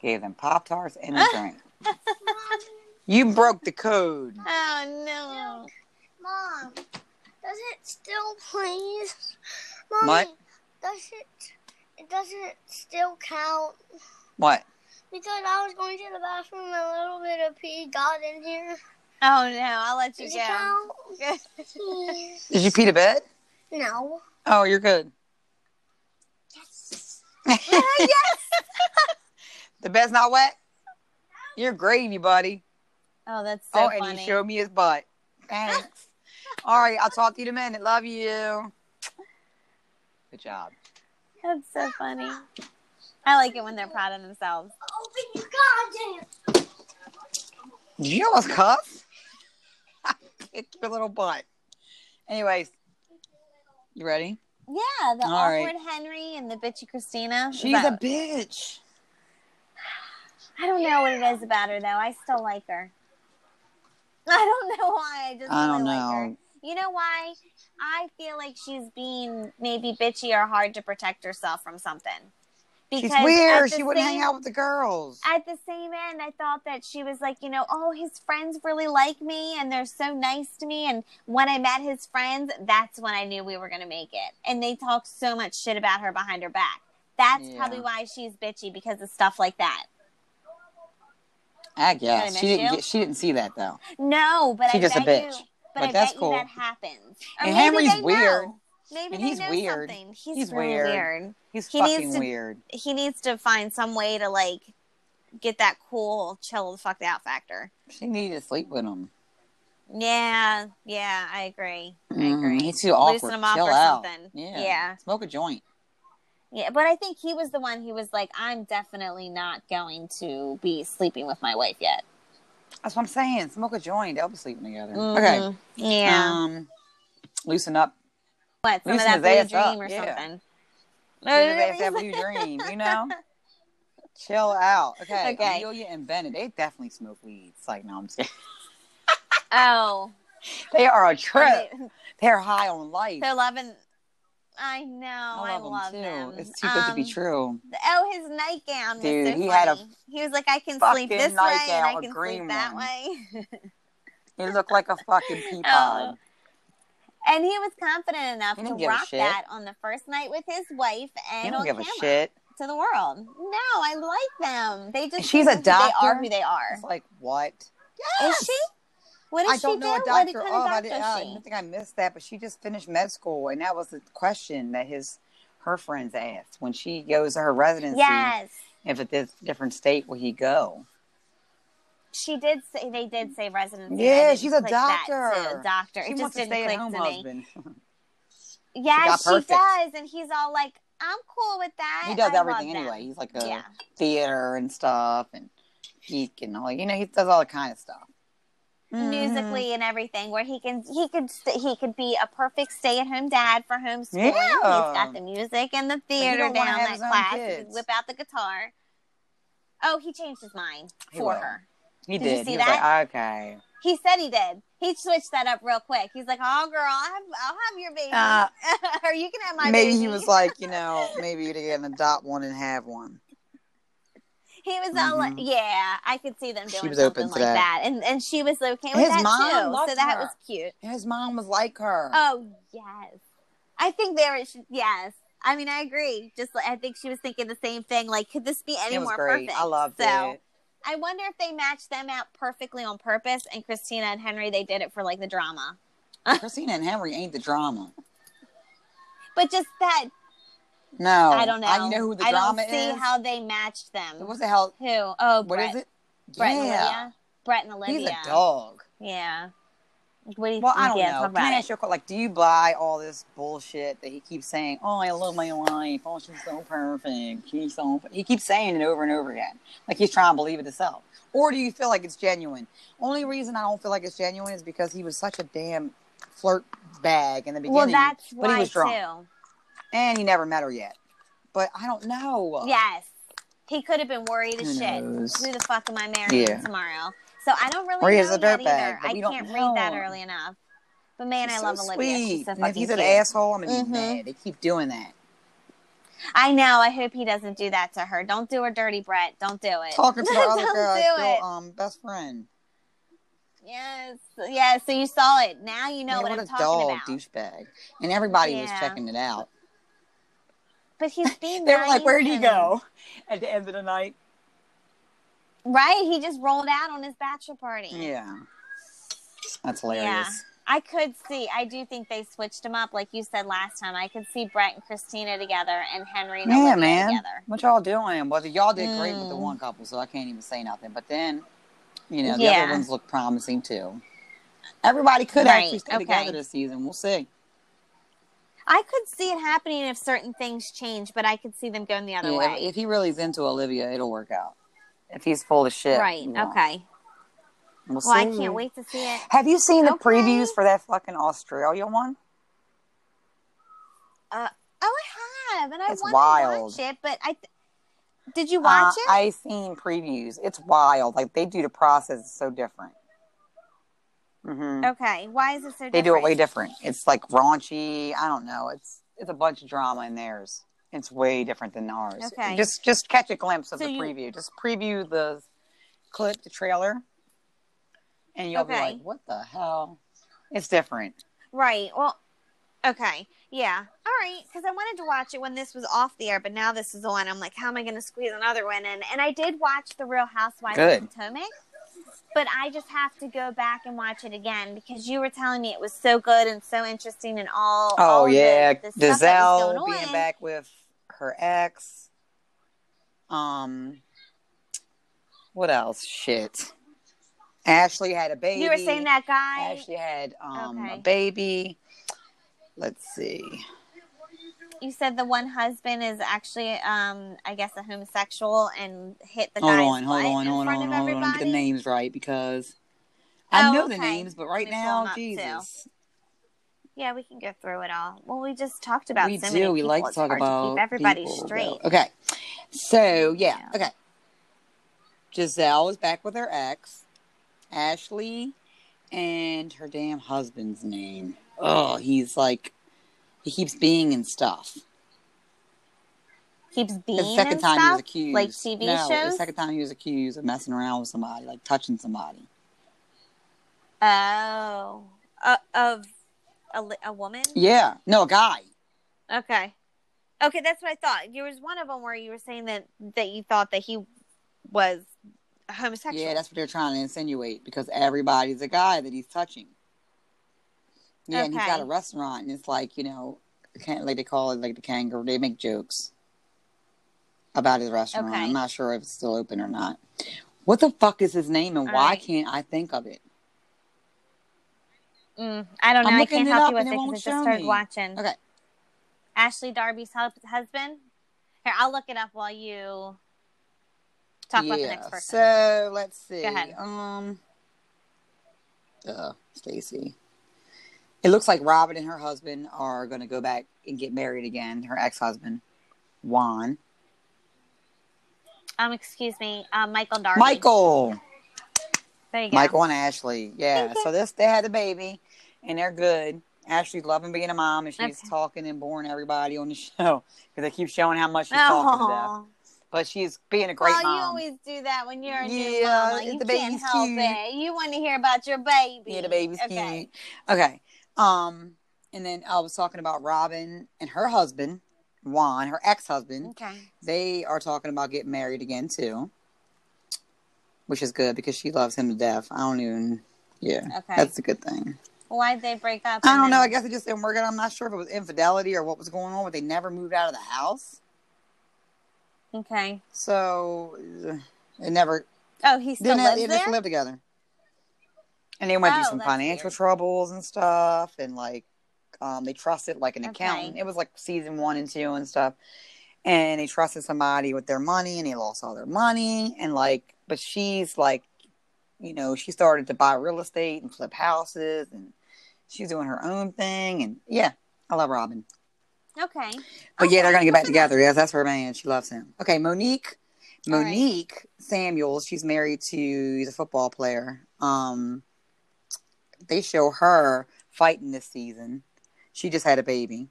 [SPEAKER 1] gave them Pop Tarts and a drink. you broke the code.
[SPEAKER 2] Oh no!
[SPEAKER 3] Mom, does it still please? Mommy,
[SPEAKER 1] What?
[SPEAKER 3] Does it? Does it still count?
[SPEAKER 1] What?
[SPEAKER 3] Because I was going to the bathroom and a little bit of pee got in here.
[SPEAKER 2] Oh no! I'll let you
[SPEAKER 3] Does
[SPEAKER 2] go.
[SPEAKER 3] it
[SPEAKER 1] (laughs)
[SPEAKER 3] count?
[SPEAKER 1] Did you pee to bed?
[SPEAKER 3] no.
[SPEAKER 1] Oh, you're (laughs) good.
[SPEAKER 3] Yes.
[SPEAKER 2] yes.
[SPEAKER 1] (laughs) The bed's not wet? You're gravy, buddy.
[SPEAKER 2] Oh, that's
[SPEAKER 1] oh,
[SPEAKER 2] so
[SPEAKER 1] and
[SPEAKER 2] funny.
[SPEAKER 1] he showed me his butt. (laughs) Thanks. All right, I'll talk to you in a minute. Love you. Good job.
[SPEAKER 2] That's so funny. I like it when they're proud of themselves.
[SPEAKER 3] Open your goddamn.
[SPEAKER 1] Did you almost (laughs) cuss? Kick your little butt. Anyways, you ready?
[SPEAKER 2] Yeah, the
[SPEAKER 1] All right.
[SPEAKER 2] awkward Henry and the bitchy Christina. Is
[SPEAKER 1] She's
[SPEAKER 2] that-
[SPEAKER 1] a bitch.
[SPEAKER 2] I don't know what it is about her though. I still like her. (laughs) I don't know why. I just
[SPEAKER 1] I don't
[SPEAKER 2] really like her.
[SPEAKER 1] know.
[SPEAKER 2] You know why? I feel like she's being maybe bitchy or hard to protect herself from something.
[SPEAKER 1] She's
[SPEAKER 2] at
[SPEAKER 1] weird.
[SPEAKER 2] the
[SPEAKER 1] She wouldn't hang
[SPEAKER 2] same-
[SPEAKER 1] out with the girls.
[SPEAKER 2] At the same end, I thought that she was like, you know, oh, his friends really like me and they're so nice to me. And when I met his friends, that's when I knew we were going to make it. And they talk so much shit about her behind her back. That's
[SPEAKER 1] Yeah.
[SPEAKER 2] probably why she's bitchy because of stuff like that.
[SPEAKER 1] I
[SPEAKER 2] I
[SPEAKER 1] guess
[SPEAKER 2] miss
[SPEAKER 1] she didn't.
[SPEAKER 2] you?
[SPEAKER 1] Get, she didn't see that though.
[SPEAKER 2] No, but
[SPEAKER 1] She
[SPEAKER 2] I
[SPEAKER 1] just a
[SPEAKER 2] bet
[SPEAKER 1] bitch.
[SPEAKER 2] You, but,
[SPEAKER 1] But
[SPEAKER 2] I
[SPEAKER 1] that's
[SPEAKER 2] bet
[SPEAKER 1] cool.
[SPEAKER 2] you that happens. Or
[SPEAKER 1] and
[SPEAKER 2] maybe
[SPEAKER 1] Henry's
[SPEAKER 2] they know.
[SPEAKER 1] weird.
[SPEAKER 2] Maybe
[SPEAKER 1] And
[SPEAKER 2] they
[SPEAKER 1] he's
[SPEAKER 2] know
[SPEAKER 1] weird.
[SPEAKER 2] something. He's,
[SPEAKER 1] He's
[SPEAKER 2] really
[SPEAKER 1] weird.
[SPEAKER 2] weird.
[SPEAKER 1] He's
[SPEAKER 2] He needs
[SPEAKER 1] fucking
[SPEAKER 2] to-
[SPEAKER 1] weird.
[SPEAKER 2] He needs to find some way to like get that cool, chill the fuck out factor.
[SPEAKER 1] She needed to sleep with him.
[SPEAKER 2] Yeah, yeah, I agree. I
[SPEAKER 1] Mhm.
[SPEAKER 2] agree.
[SPEAKER 1] He's too awkward.
[SPEAKER 2] Loosen him up
[SPEAKER 1] Chill
[SPEAKER 2] or
[SPEAKER 1] out.
[SPEAKER 2] something.
[SPEAKER 1] Yeah.
[SPEAKER 2] Yeah.
[SPEAKER 1] Smoke a joint.
[SPEAKER 2] Yeah, but I think he was the one who was like, "I'm definitely not going to be sleeping with my wife yet."
[SPEAKER 1] That's what I'm saying. Smoke a joint. They'll be sleeping together. Mm-hmm. Okay.
[SPEAKER 2] Mhm. Yeah.
[SPEAKER 1] Um, loosen up.
[SPEAKER 2] what? Some of
[SPEAKER 1] loosen
[SPEAKER 2] that
[SPEAKER 1] his
[SPEAKER 2] blue
[SPEAKER 1] ass
[SPEAKER 2] dream
[SPEAKER 1] up,
[SPEAKER 2] or
[SPEAKER 1] yeah.
[SPEAKER 2] something.
[SPEAKER 1] Even if they have that blue dream, you know? (laughs) Chill out. Okay.
[SPEAKER 2] (laughs) Okay.
[SPEAKER 1] Amelia and Bennett, they definitely smoke weed. It's like, no, I'm just
[SPEAKER 2] (laughs)
[SPEAKER 1] kidding.
[SPEAKER 2] Oh,
[SPEAKER 1] They are a trip.
[SPEAKER 2] I mean,
[SPEAKER 1] They're high on life.
[SPEAKER 2] They're loving. I know. I love,
[SPEAKER 1] 'em,
[SPEAKER 2] them.
[SPEAKER 1] It's too good to be
[SPEAKER 2] Um,
[SPEAKER 1] true.
[SPEAKER 2] th- Oh, his nightgown was
[SPEAKER 1] Dude,
[SPEAKER 2] so
[SPEAKER 1] he
[SPEAKER 2] funny.
[SPEAKER 1] had a
[SPEAKER 2] he was like, I can
[SPEAKER 1] fucking
[SPEAKER 2] sleep this way and I
[SPEAKER 1] nightgown, a
[SPEAKER 2] can
[SPEAKER 1] green
[SPEAKER 2] sleep that
[SPEAKER 1] one.
[SPEAKER 2] way. Oh,
[SPEAKER 1] He looked like a fucking pea pod.
[SPEAKER 2] (laughs) And he was confident enough
[SPEAKER 1] He don't
[SPEAKER 2] to
[SPEAKER 1] give a
[SPEAKER 2] rock
[SPEAKER 1] shit.
[SPEAKER 2] that on the first night with his wife
[SPEAKER 1] You
[SPEAKER 2] and
[SPEAKER 1] don't
[SPEAKER 2] on
[SPEAKER 1] give
[SPEAKER 2] camera
[SPEAKER 1] a shit.
[SPEAKER 2] to the world. No, I like them. They just
[SPEAKER 1] She's a
[SPEAKER 2] prove that They are
[SPEAKER 1] doctor?
[SPEAKER 2] who they are.
[SPEAKER 1] It's like what?
[SPEAKER 2] Yes. Is she? What does
[SPEAKER 1] I don't
[SPEAKER 2] she
[SPEAKER 1] know
[SPEAKER 2] do?
[SPEAKER 1] a
[SPEAKER 2] What
[SPEAKER 1] doctor.
[SPEAKER 2] kind
[SPEAKER 1] oh,
[SPEAKER 2] of
[SPEAKER 1] I,
[SPEAKER 2] doctor
[SPEAKER 1] did,
[SPEAKER 2] is
[SPEAKER 1] I
[SPEAKER 2] she?
[SPEAKER 1] don't think I missed that, but she just finished med school, and that was the question that his her friends asked when she goes to her residency.
[SPEAKER 2] Yes,
[SPEAKER 1] If it's this different state, will he go?
[SPEAKER 2] she did. Say they did say residency.
[SPEAKER 1] Yeah,
[SPEAKER 2] I didn't
[SPEAKER 1] she's a
[SPEAKER 2] click that,
[SPEAKER 1] doctor.
[SPEAKER 2] too. Doctor.
[SPEAKER 1] she
[SPEAKER 2] it just
[SPEAKER 1] wants to
[SPEAKER 2] didn't
[SPEAKER 1] stay
[SPEAKER 2] click
[SPEAKER 1] at home
[SPEAKER 2] to me.
[SPEAKER 1] husband.
[SPEAKER 2] Yeah,
[SPEAKER 1] got
[SPEAKER 2] she,
[SPEAKER 1] perfect.
[SPEAKER 2] does, and he's all like, "I'm cool with that."
[SPEAKER 1] he
[SPEAKER 2] I
[SPEAKER 1] does
[SPEAKER 2] love
[SPEAKER 1] everything
[SPEAKER 2] them."
[SPEAKER 1] anyway. He's like a
[SPEAKER 2] Yeah,
[SPEAKER 1] theater and stuff and geek and all. You know, he does all the kind of stuff. Mm-hmm.
[SPEAKER 2] musically and everything, where he can he could st- he could be a perfect stay-at-home dad for homeschooling.
[SPEAKER 1] Yeah.
[SPEAKER 2] He's got the music and the theater
[SPEAKER 1] don't
[SPEAKER 2] down
[SPEAKER 1] wanna have
[SPEAKER 2] that
[SPEAKER 1] his own
[SPEAKER 2] class. He
[SPEAKER 1] kids.
[SPEAKER 2] can whip out the guitar. Oh, he changed his mind
[SPEAKER 1] He
[SPEAKER 2] for
[SPEAKER 1] will.
[SPEAKER 2] her.
[SPEAKER 1] He
[SPEAKER 2] Did you
[SPEAKER 1] did.
[SPEAKER 2] see
[SPEAKER 1] he was
[SPEAKER 2] that?
[SPEAKER 1] like, okay.
[SPEAKER 2] He said he did. He switched that up real quick. He's like, "Oh, girl, I'll have, I'll have your baby,
[SPEAKER 1] Uh,
[SPEAKER 2] (laughs) or you can have my
[SPEAKER 1] maybe
[SPEAKER 2] baby."
[SPEAKER 1] he was like, you know, maybe you can adopt one and have one.
[SPEAKER 2] (laughs) He was all like,
[SPEAKER 1] Mhm.
[SPEAKER 2] "Yeah, I could see them
[SPEAKER 1] She
[SPEAKER 2] doing
[SPEAKER 1] was
[SPEAKER 2] something
[SPEAKER 1] open to
[SPEAKER 2] like
[SPEAKER 1] that.
[SPEAKER 2] that. and and she was okay with
[SPEAKER 1] His
[SPEAKER 2] that
[SPEAKER 1] mom
[SPEAKER 2] too. so
[SPEAKER 1] loved
[SPEAKER 2] that
[SPEAKER 1] her.
[SPEAKER 2] was cute.
[SPEAKER 1] His mom was like her.
[SPEAKER 2] Oh yes, I think there is yes. I mean, I agree. Just like I think she was thinking the same thing. Like, could this be any
[SPEAKER 1] it was
[SPEAKER 2] more
[SPEAKER 1] great.
[SPEAKER 2] perfect?
[SPEAKER 1] I loved
[SPEAKER 2] so,
[SPEAKER 1] it.
[SPEAKER 2] I wonder if they matched them out perfectly on purpose. And Christina and Henry, they did it for like the drama,
[SPEAKER 1] (laughs) Christina and Henry ain't the drama.
[SPEAKER 2] but just that
[SPEAKER 1] No,
[SPEAKER 2] I don't know.
[SPEAKER 1] Oh, I know who the
[SPEAKER 2] I don't
[SPEAKER 1] drama
[SPEAKER 2] see
[SPEAKER 1] is.
[SPEAKER 2] how they matched them.
[SPEAKER 1] What the hell?
[SPEAKER 2] Who? Oh,
[SPEAKER 1] What
[SPEAKER 2] Brett,
[SPEAKER 1] is it?
[SPEAKER 2] Brett
[SPEAKER 1] yeah,
[SPEAKER 2] and Olivia. Brett and Olivia.
[SPEAKER 1] he's a dog.
[SPEAKER 2] Yeah. What do you
[SPEAKER 1] Well, I don't
[SPEAKER 2] yeah,
[SPEAKER 1] know.
[SPEAKER 2] talk
[SPEAKER 1] Can
[SPEAKER 2] about
[SPEAKER 1] I
[SPEAKER 2] it.
[SPEAKER 1] ask you a question? Like, do you buy all this bullshit that he keeps saying? Oh, I love my life. Oh, she's so perfect. She's so. He keeps saying it over and over again, like he's trying to believe it himself. Or do you feel like it's genuine? Only reason I don't feel like it's genuine is because he was such a damn flirt bag in the beginning.
[SPEAKER 2] Well, that's
[SPEAKER 1] but
[SPEAKER 2] why
[SPEAKER 1] he was drunk,
[SPEAKER 2] too.
[SPEAKER 1] and he never met her yet. But I don't know.
[SPEAKER 2] Yes, he could have been worried
[SPEAKER 1] Who
[SPEAKER 2] as shit.
[SPEAKER 1] knows?
[SPEAKER 2] Who the fuck am I marrying
[SPEAKER 1] Yeah.
[SPEAKER 2] tomorrow? So I don't really
[SPEAKER 1] Or he
[SPEAKER 2] know
[SPEAKER 1] is a
[SPEAKER 2] yet
[SPEAKER 1] dirtbag,
[SPEAKER 2] either.
[SPEAKER 1] but
[SPEAKER 2] I
[SPEAKER 1] we don't
[SPEAKER 2] can't read that
[SPEAKER 1] know.
[SPEAKER 2] early enough. But man,
[SPEAKER 1] She's
[SPEAKER 2] I love
[SPEAKER 1] so
[SPEAKER 2] Olivia. She's
[SPEAKER 1] sweet.
[SPEAKER 2] so
[SPEAKER 1] and if
[SPEAKER 2] fucking
[SPEAKER 1] he's
[SPEAKER 2] cute.
[SPEAKER 1] an asshole, I'm gonna
[SPEAKER 2] Mhm.
[SPEAKER 1] be mad. They keep doing
[SPEAKER 2] (laughs)
[SPEAKER 1] that,
[SPEAKER 2] I know. I hope he doesn't do that to her. Don't do her dirty, Brett. Don't do it.
[SPEAKER 1] talking
[SPEAKER 2] (laughs)
[SPEAKER 1] to the other
[SPEAKER 2] don't
[SPEAKER 1] girl,
[SPEAKER 2] do
[SPEAKER 1] girl,
[SPEAKER 2] it.
[SPEAKER 1] um, best friend.
[SPEAKER 2] Yes, yes. So you saw it. Now you
[SPEAKER 1] Man,
[SPEAKER 2] know what,
[SPEAKER 1] what
[SPEAKER 2] I'm
[SPEAKER 1] a
[SPEAKER 2] talking
[SPEAKER 1] dull
[SPEAKER 2] about.
[SPEAKER 1] douchebag. And everybody was
[SPEAKER 2] Yeah.
[SPEAKER 1] checking it out. (laughs)
[SPEAKER 2] But he's being.
[SPEAKER 1] They were like,
[SPEAKER 2] nice
[SPEAKER 1] "Where'd he
[SPEAKER 2] and-
[SPEAKER 1] go?" At the end of the night.
[SPEAKER 2] Right? He just rolled out on his bachelor party.
[SPEAKER 1] Yeah, that's hilarious.
[SPEAKER 2] I could see. I do think they switched them up, like you said last time. I could see Brett and Christina together, and Henry and
[SPEAKER 1] Yeah,
[SPEAKER 2] Olivia
[SPEAKER 1] man.
[SPEAKER 2] together.
[SPEAKER 1] What y'all doing? Well, y'all did great with the
[SPEAKER 2] Mm.
[SPEAKER 1] one couple, so I can't even say nothing. But then, you know, the
[SPEAKER 2] Yeah.
[SPEAKER 1] other ones look promising too. Everybody could
[SPEAKER 2] Right,
[SPEAKER 1] actually stay
[SPEAKER 2] okay.
[SPEAKER 1] together this season. We'll see.
[SPEAKER 2] I could see it happening if certain things change, but I could see them going the other
[SPEAKER 1] Yeah,
[SPEAKER 2] way.
[SPEAKER 1] If he really is into Olivia, it'll work out. If he's full of shit,
[SPEAKER 2] right?
[SPEAKER 1] he won't.
[SPEAKER 2] Okay.
[SPEAKER 1] We'll,
[SPEAKER 2] Well, I
[SPEAKER 1] see.
[SPEAKER 2] can't wait to see
[SPEAKER 1] (sighs)
[SPEAKER 2] it.
[SPEAKER 1] Have you seen the
[SPEAKER 2] Okay.
[SPEAKER 1] previews for that fucking Australia one?
[SPEAKER 2] Oh, I have, and I
[SPEAKER 1] It's
[SPEAKER 2] want
[SPEAKER 1] wild.
[SPEAKER 2] to watch it, but I. th- Did you watch
[SPEAKER 1] Uh,
[SPEAKER 2] it?
[SPEAKER 1] I seen previews. It's wild. Like they do the process is so different. hmm
[SPEAKER 2] okay. Why is it
[SPEAKER 1] They
[SPEAKER 2] so?
[SPEAKER 1] do it
[SPEAKER 2] different?
[SPEAKER 1] way different. It's like raunchy. I don't know. It's it's a bunch of drama in theirs. It's way different than ours.
[SPEAKER 2] Okay.
[SPEAKER 1] Just just catch a glimpse of
[SPEAKER 2] So
[SPEAKER 1] the
[SPEAKER 2] you-
[SPEAKER 1] preview. Just preview the clip, the trailer, and you'll be
[SPEAKER 2] Okay.
[SPEAKER 1] like, "What the hell?" It's different.
[SPEAKER 2] Right. Well, okay. Yeah. All right. Because I wanted to watch it when this was off the air, but now this is on. I'm like, how am I going to squeeze another one in? And I did watch The Real Housewives
[SPEAKER 1] Good.
[SPEAKER 2] of Potomac, but I just have to go back and watch it again because you were telling me it was so good and so interesting and all.
[SPEAKER 1] Oh
[SPEAKER 2] all the-
[SPEAKER 1] yeah,
[SPEAKER 2] the stuff that was
[SPEAKER 1] Giselle
[SPEAKER 2] going
[SPEAKER 1] being
[SPEAKER 2] on.
[SPEAKER 1] back with her ex. Um, what else? Shit. Ashley had a baby.
[SPEAKER 2] You were saying that guy.
[SPEAKER 1] Ashley had um a
[SPEAKER 2] Okay.
[SPEAKER 1] baby. Let's see.
[SPEAKER 2] You said the one husband is actually, um, I guess, a homosexual and hit the
[SPEAKER 1] hold
[SPEAKER 2] guy's
[SPEAKER 1] on, hold
[SPEAKER 2] butt
[SPEAKER 1] on,
[SPEAKER 2] in
[SPEAKER 1] hold on,
[SPEAKER 2] front
[SPEAKER 1] hold
[SPEAKER 2] of
[SPEAKER 1] on. Get the
[SPEAKER 2] everybody.
[SPEAKER 1] names right because I
[SPEAKER 2] Oh,
[SPEAKER 1] know the
[SPEAKER 2] okay.
[SPEAKER 1] names, but right
[SPEAKER 2] Let me pull them
[SPEAKER 1] now,
[SPEAKER 2] up, too.
[SPEAKER 1] Jesus.
[SPEAKER 2] Yeah, we can go through it all. Well, we just talked about
[SPEAKER 1] we
[SPEAKER 2] so
[SPEAKER 1] do.
[SPEAKER 2] many
[SPEAKER 1] we
[SPEAKER 2] people.
[SPEAKER 1] like to
[SPEAKER 2] it's
[SPEAKER 1] talk
[SPEAKER 2] hard
[SPEAKER 1] about
[SPEAKER 2] keep everybody
[SPEAKER 1] people,
[SPEAKER 2] straight.
[SPEAKER 1] though. Okay. So yeah,
[SPEAKER 2] Yeah.
[SPEAKER 1] okay. Giselle is back with her ex, Ashley, and her damn husband's name. Oh, he's like he keeps being in stuff.
[SPEAKER 2] Keeps being
[SPEAKER 1] The second
[SPEAKER 2] and
[SPEAKER 1] time he was
[SPEAKER 2] stuff,
[SPEAKER 1] accused,
[SPEAKER 2] like TV
[SPEAKER 1] no,
[SPEAKER 2] shows.
[SPEAKER 1] The second time he was accused of messing around with somebody, like touching somebody.
[SPEAKER 2] Oh, uh, of a, li- a woman?
[SPEAKER 1] Yeah. No, a guy.
[SPEAKER 2] Okay. Okay, that's what I thought. There was one of them where you were saying that that you thought that he was homosexual.
[SPEAKER 1] Yeah, that's what they're trying to insinuate because everybody's a guy that he's touching. Yeah, and he's got
[SPEAKER 2] Okay.
[SPEAKER 1] a restaurant, and it's like you know, can like they call it like the kangaroo. They make jokes about his restaurant.
[SPEAKER 2] Okay.
[SPEAKER 1] I'm not sure if it's still open or not. What the fuck is his name, and
[SPEAKER 2] All
[SPEAKER 1] why
[SPEAKER 2] right.
[SPEAKER 1] can't I think of it?
[SPEAKER 2] Mm, I don't know.
[SPEAKER 1] I'm
[SPEAKER 2] I
[SPEAKER 1] looking
[SPEAKER 2] can't
[SPEAKER 1] it
[SPEAKER 2] help
[SPEAKER 1] up
[SPEAKER 2] you with
[SPEAKER 1] and
[SPEAKER 2] it
[SPEAKER 1] it won't
[SPEAKER 2] because I just
[SPEAKER 1] show
[SPEAKER 2] started
[SPEAKER 1] me.
[SPEAKER 2] watching.
[SPEAKER 1] Okay.
[SPEAKER 2] Ashley Darby's hu- husband. Here, I'll look it up while you talk about the next person.
[SPEAKER 1] So let's see.
[SPEAKER 2] ahead.
[SPEAKER 1] Um, uh, Stacy. It looks like Robin and her husband are going to go back and get married again. Her ex-husband, Juan
[SPEAKER 2] um, excuse me, um, Michael Darby.
[SPEAKER 1] Michael.
[SPEAKER 2] There you go.
[SPEAKER 1] Michael and Ashley. Yeah. So this they had a baby and they're good. Ashley's loving being a mom and she's
[SPEAKER 2] Okay.
[SPEAKER 1] talking and boring everybody on the (laughs) show because they keep showing how much she's talking to death.
[SPEAKER 2] Oh,
[SPEAKER 1] But she's being a great
[SPEAKER 2] well, you
[SPEAKER 1] mom.
[SPEAKER 2] always do that when you're a new
[SPEAKER 1] Yeah,
[SPEAKER 2] mama. You
[SPEAKER 1] the
[SPEAKER 2] can't
[SPEAKER 1] baby's
[SPEAKER 2] help
[SPEAKER 1] cute.
[SPEAKER 2] it. You want to hear about your baby.
[SPEAKER 1] yeah, the baby's
[SPEAKER 2] Okay.
[SPEAKER 1] cute. Okay. Um, and then I was talking about Robin and her husband, Juan, her ex-husband.
[SPEAKER 2] Okay.
[SPEAKER 1] They are talking about getting married again too, which is good because she loves him to death. I don't even. Yeah,
[SPEAKER 2] Okay.
[SPEAKER 1] that's a good thing.
[SPEAKER 2] Why'd they break up?
[SPEAKER 1] I
[SPEAKER 2] and
[SPEAKER 1] don't know.
[SPEAKER 2] then-
[SPEAKER 1] I guess it just didn't work out. I'm not sure if it was infidelity or what was going on, but they never moved out of the house.
[SPEAKER 2] Okay.
[SPEAKER 1] So uh, it never
[SPEAKER 2] Oh, he still
[SPEAKER 1] didn't have, they
[SPEAKER 2] lives
[SPEAKER 1] just
[SPEAKER 2] there.
[SPEAKER 1] lived together. And they went
[SPEAKER 2] Oh,
[SPEAKER 1] through some
[SPEAKER 2] that's
[SPEAKER 1] financial
[SPEAKER 2] weird.
[SPEAKER 1] troubles and stuff and like um, they trusted like an
[SPEAKER 2] Okay.
[SPEAKER 1] accountant. It was like season one and two and stuff. And they trusted somebody with their money and they lost all their money and like but she's like you know, she started to buy real estate and flip houses and she's doing her own thing and yeah, I love Robin.
[SPEAKER 2] Okay.
[SPEAKER 1] But yeah, they're gonna
[SPEAKER 2] (laughs)
[SPEAKER 1] get back
[SPEAKER 2] Okay, good.
[SPEAKER 1] together. Yes, that's her man. She loves him. Okay, Monique.
[SPEAKER 2] All right.
[SPEAKER 1] Monique Samuels. She's married to he's a football player. Um, they show her fighting this season. She just had a baby.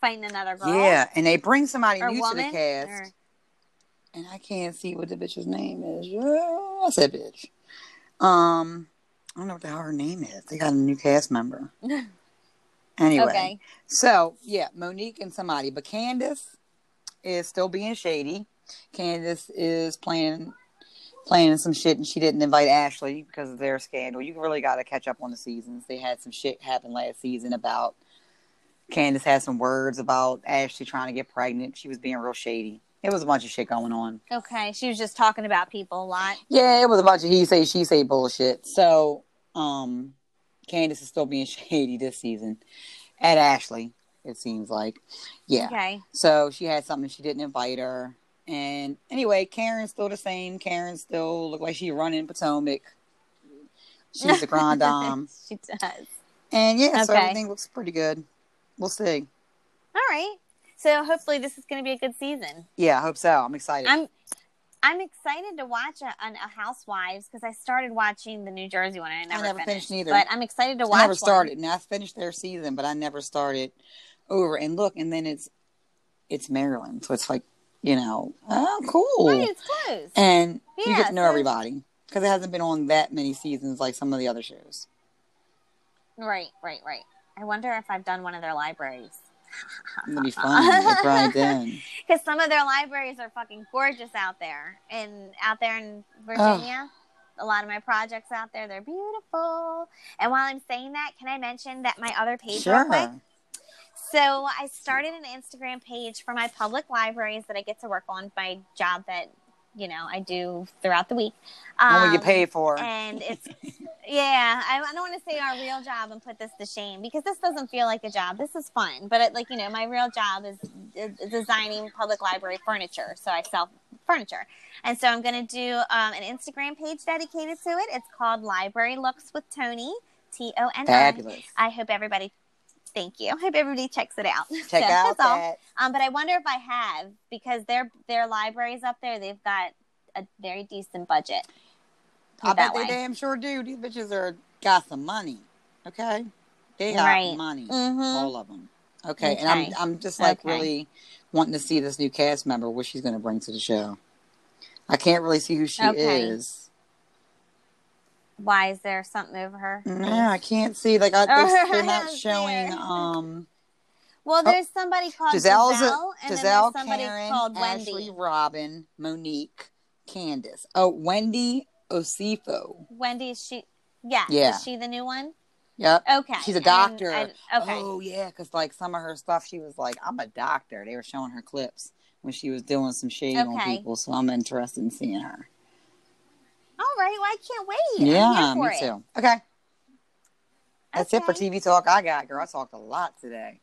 [SPEAKER 2] Fighting another girl.
[SPEAKER 1] Yeah, and they bring somebody
[SPEAKER 2] Or
[SPEAKER 1] new to
[SPEAKER 2] woman.
[SPEAKER 1] the cast,
[SPEAKER 2] or-
[SPEAKER 1] and I can't see what the bitch's name is. Yeah, I said bitch. Um, I don't know what the hell her name is. They got a new cast
[SPEAKER 2] (laughs)
[SPEAKER 1] member. Anyway,
[SPEAKER 2] Okay.
[SPEAKER 1] so yeah, Monique and somebody, but Candace is still being shady. Candace is playing playing some shit, and she didn't invite Ashley because of their scandal. You really got to catch up on the seasons. They had some shit happen last season about Candace had some words about Ashley trying to get pregnant. She was being real shady. It was a bunch of shit going on.
[SPEAKER 2] Okay. She was just talking about people a lot.
[SPEAKER 1] Yeah, it was a bunch of he say she say bullshit. So, um, Candace is still being (laughs) shady this season at Ashley. It seems like, yeah.
[SPEAKER 2] Okay.
[SPEAKER 1] So she had something she didn't invite her. And anyway, Karen's still the same. Karen still looked like she running Potomac.
[SPEAKER 2] (laughs)
[SPEAKER 1] She's a grand dame.
[SPEAKER 2] she does.
[SPEAKER 1] And yeah, so
[SPEAKER 2] Okay.
[SPEAKER 1] everything looks pretty good. We'll see.
[SPEAKER 2] All right. So hopefully this is going to be a good season.
[SPEAKER 1] Yeah, I hope so. I'm excited.
[SPEAKER 2] I'm I'm excited to watch a, an a Housewives because I started watching the New Jersey one and I never,
[SPEAKER 1] never
[SPEAKER 2] finished,
[SPEAKER 1] finished either.
[SPEAKER 2] But I'm excited to
[SPEAKER 1] I
[SPEAKER 2] watch.
[SPEAKER 1] never
[SPEAKER 2] one.
[SPEAKER 1] started. Now I finished their season, but I never started over. And look, and then it's it's Maryland. So it's like, you know, oh cool.
[SPEAKER 2] Right, it's closed.
[SPEAKER 1] And you
[SPEAKER 2] Yeah,
[SPEAKER 1] get to know
[SPEAKER 2] so-
[SPEAKER 1] everybody. Because it hasn't been on that many seasons like some of the other shows.
[SPEAKER 2] right, right, right. I wonder if I've done one of their libraries
[SPEAKER 1] It'll be fun.
[SPEAKER 2] (laughs)
[SPEAKER 1] That's right then.
[SPEAKER 2] because some of their libraries are fucking gorgeous out there and out there in Virginia. A lot of my projects out there, they're beautiful. And while I'm saying that, can I mention that my other page real quick? So I started an Instagram page for my public libraries that I get to work on my job that you know I do throughout the week.
[SPEAKER 1] When we
[SPEAKER 2] Um,
[SPEAKER 1] get paid for. it.
[SPEAKER 2] And it's yeah, I, I don't want to say our real job and put this to shame because this doesn't feel like a job. This is fun, but it, like you know, my real job is, is designing public library furniture. So I sell furniture, and so I'm going to do um, an Instagram page dedicated to it. It's called Library Looks with Tony T O N I.
[SPEAKER 1] Fabulous.
[SPEAKER 2] I hope everybody. Thank you. I hope everybody checks it out. So
[SPEAKER 1] Check out
[SPEAKER 2] (laughs) that's all.
[SPEAKER 1] that.
[SPEAKER 2] Um, but I wonder if I have because their their libraries up there, they've got a very decent budget.
[SPEAKER 1] I bet
[SPEAKER 2] that
[SPEAKER 1] they
[SPEAKER 2] way.
[SPEAKER 1] damn sure do. These bitches are got some money. Okay, they got
[SPEAKER 2] Right.
[SPEAKER 1] money.
[SPEAKER 2] Mm-hmm.
[SPEAKER 1] All of them. Okay, and I'm
[SPEAKER 2] Okay.
[SPEAKER 1] I'm just like
[SPEAKER 2] Okay.
[SPEAKER 1] really wanting to see this new cast member what she's going to bring to the show. I can't really see who she
[SPEAKER 2] Okay.
[SPEAKER 1] is.
[SPEAKER 2] Why is there something over her?
[SPEAKER 1] No, I can't see. Like I, they're, they're
[SPEAKER 2] (laughs)
[SPEAKER 1] not showing. Um,
[SPEAKER 2] Well, there's somebody called
[SPEAKER 1] Giselle's a-
[SPEAKER 2] Giselle, and
[SPEAKER 1] Giselle,
[SPEAKER 2] then there's somebody
[SPEAKER 1] Karen,
[SPEAKER 2] called Wendy.
[SPEAKER 1] Ashley, Robin, Monique, Candace. Oh, Wendy Osifo.
[SPEAKER 2] Wendy, is she, yeah,
[SPEAKER 1] Yeah.
[SPEAKER 2] is she the new one?
[SPEAKER 1] Yep.
[SPEAKER 2] Okay,
[SPEAKER 1] She's a
[SPEAKER 2] and-
[SPEAKER 1] doctor.
[SPEAKER 2] and- okay,
[SPEAKER 1] Oh yeah, because like some of her stuff, she was like, "I'm a doctor." They were showing her clips when she was doing some shade on
[SPEAKER 2] Okay.
[SPEAKER 1] people, so I'm interested in seeing her.
[SPEAKER 2] all right. Well, I can't wait.
[SPEAKER 1] Yeah,
[SPEAKER 2] I'm
[SPEAKER 1] me
[SPEAKER 2] here for it.
[SPEAKER 1] too. Okay, that's it for
[SPEAKER 2] Okay.
[SPEAKER 1] TV talk. I got girl. I talked a lot today.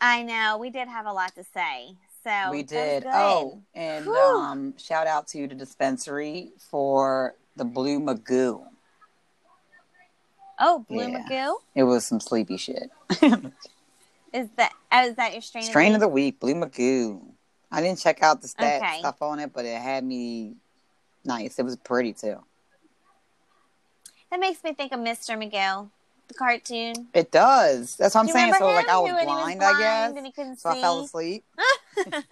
[SPEAKER 2] I know we did have a lot to say,
[SPEAKER 1] we
[SPEAKER 2] so that was
[SPEAKER 1] did.
[SPEAKER 2] good.
[SPEAKER 1] Oh, and
[SPEAKER 2] Whew.
[SPEAKER 1] um, shout out to the dispensary for the Blue Magoo.
[SPEAKER 2] oh, Blue
[SPEAKER 1] yeah.
[SPEAKER 2] Magoo
[SPEAKER 1] It was some sleepy shit.
[SPEAKER 2] is that? Oh, is that your strain?
[SPEAKER 1] Strain of
[SPEAKER 2] week?
[SPEAKER 1] the week, Blue Magoo. I didn't check out the stats
[SPEAKER 2] Okay.
[SPEAKER 1] stuff on it, but it had me nice. It was pretty too.
[SPEAKER 2] That makes me think of Mr. Magoo, the cartoon.
[SPEAKER 1] It does. That's what I'm
[SPEAKER 2] Do you
[SPEAKER 1] saying.
[SPEAKER 2] remember
[SPEAKER 1] So like
[SPEAKER 2] him?
[SPEAKER 1] I was
[SPEAKER 2] Who- and he
[SPEAKER 1] blind,
[SPEAKER 2] blind,
[SPEAKER 1] I
[SPEAKER 2] and he
[SPEAKER 1] guess.
[SPEAKER 2] couldn't
[SPEAKER 1] So I fell
[SPEAKER 2] see. (laughs)
[SPEAKER 1] asleep.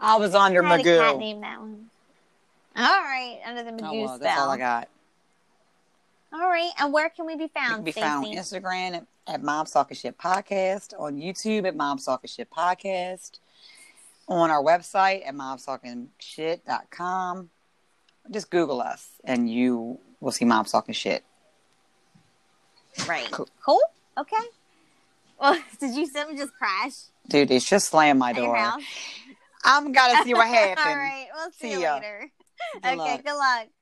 [SPEAKER 1] I was under
[SPEAKER 2] I had a cat
[SPEAKER 1] Magoo.
[SPEAKER 2] named that one. All right, under the
[SPEAKER 1] Oh
[SPEAKER 2] Magoo
[SPEAKER 1] well, that's
[SPEAKER 2] spell.
[SPEAKER 1] all I got.
[SPEAKER 2] All right, and where can we be
[SPEAKER 1] You
[SPEAKER 2] found?
[SPEAKER 1] can be
[SPEAKER 2] Stacey?
[SPEAKER 1] found on Instagram at, at Mom Soccer Shit Podcast, on YouTube at Mom Soccer Shit Podcast, on our website at momsockershit.com. Just Google us and you will see Mom Soccer Shit.
[SPEAKER 2] Right.
[SPEAKER 1] Cool.
[SPEAKER 2] Cool. Okay. Well, (laughs) did you something just crash
[SPEAKER 1] Dude, it's just slamming my
[SPEAKER 2] at your
[SPEAKER 1] door.
[SPEAKER 2] house?
[SPEAKER 1] I'm gotta see what
[SPEAKER 2] (laughs) All
[SPEAKER 1] happened.
[SPEAKER 2] right. We'll see,
[SPEAKER 1] See
[SPEAKER 2] you
[SPEAKER 1] ya.
[SPEAKER 2] later.
[SPEAKER 1] Good
[SPEAKER 2] okay.
[SPEAKER 1] luck.
[SPEAKER 2] Good luck.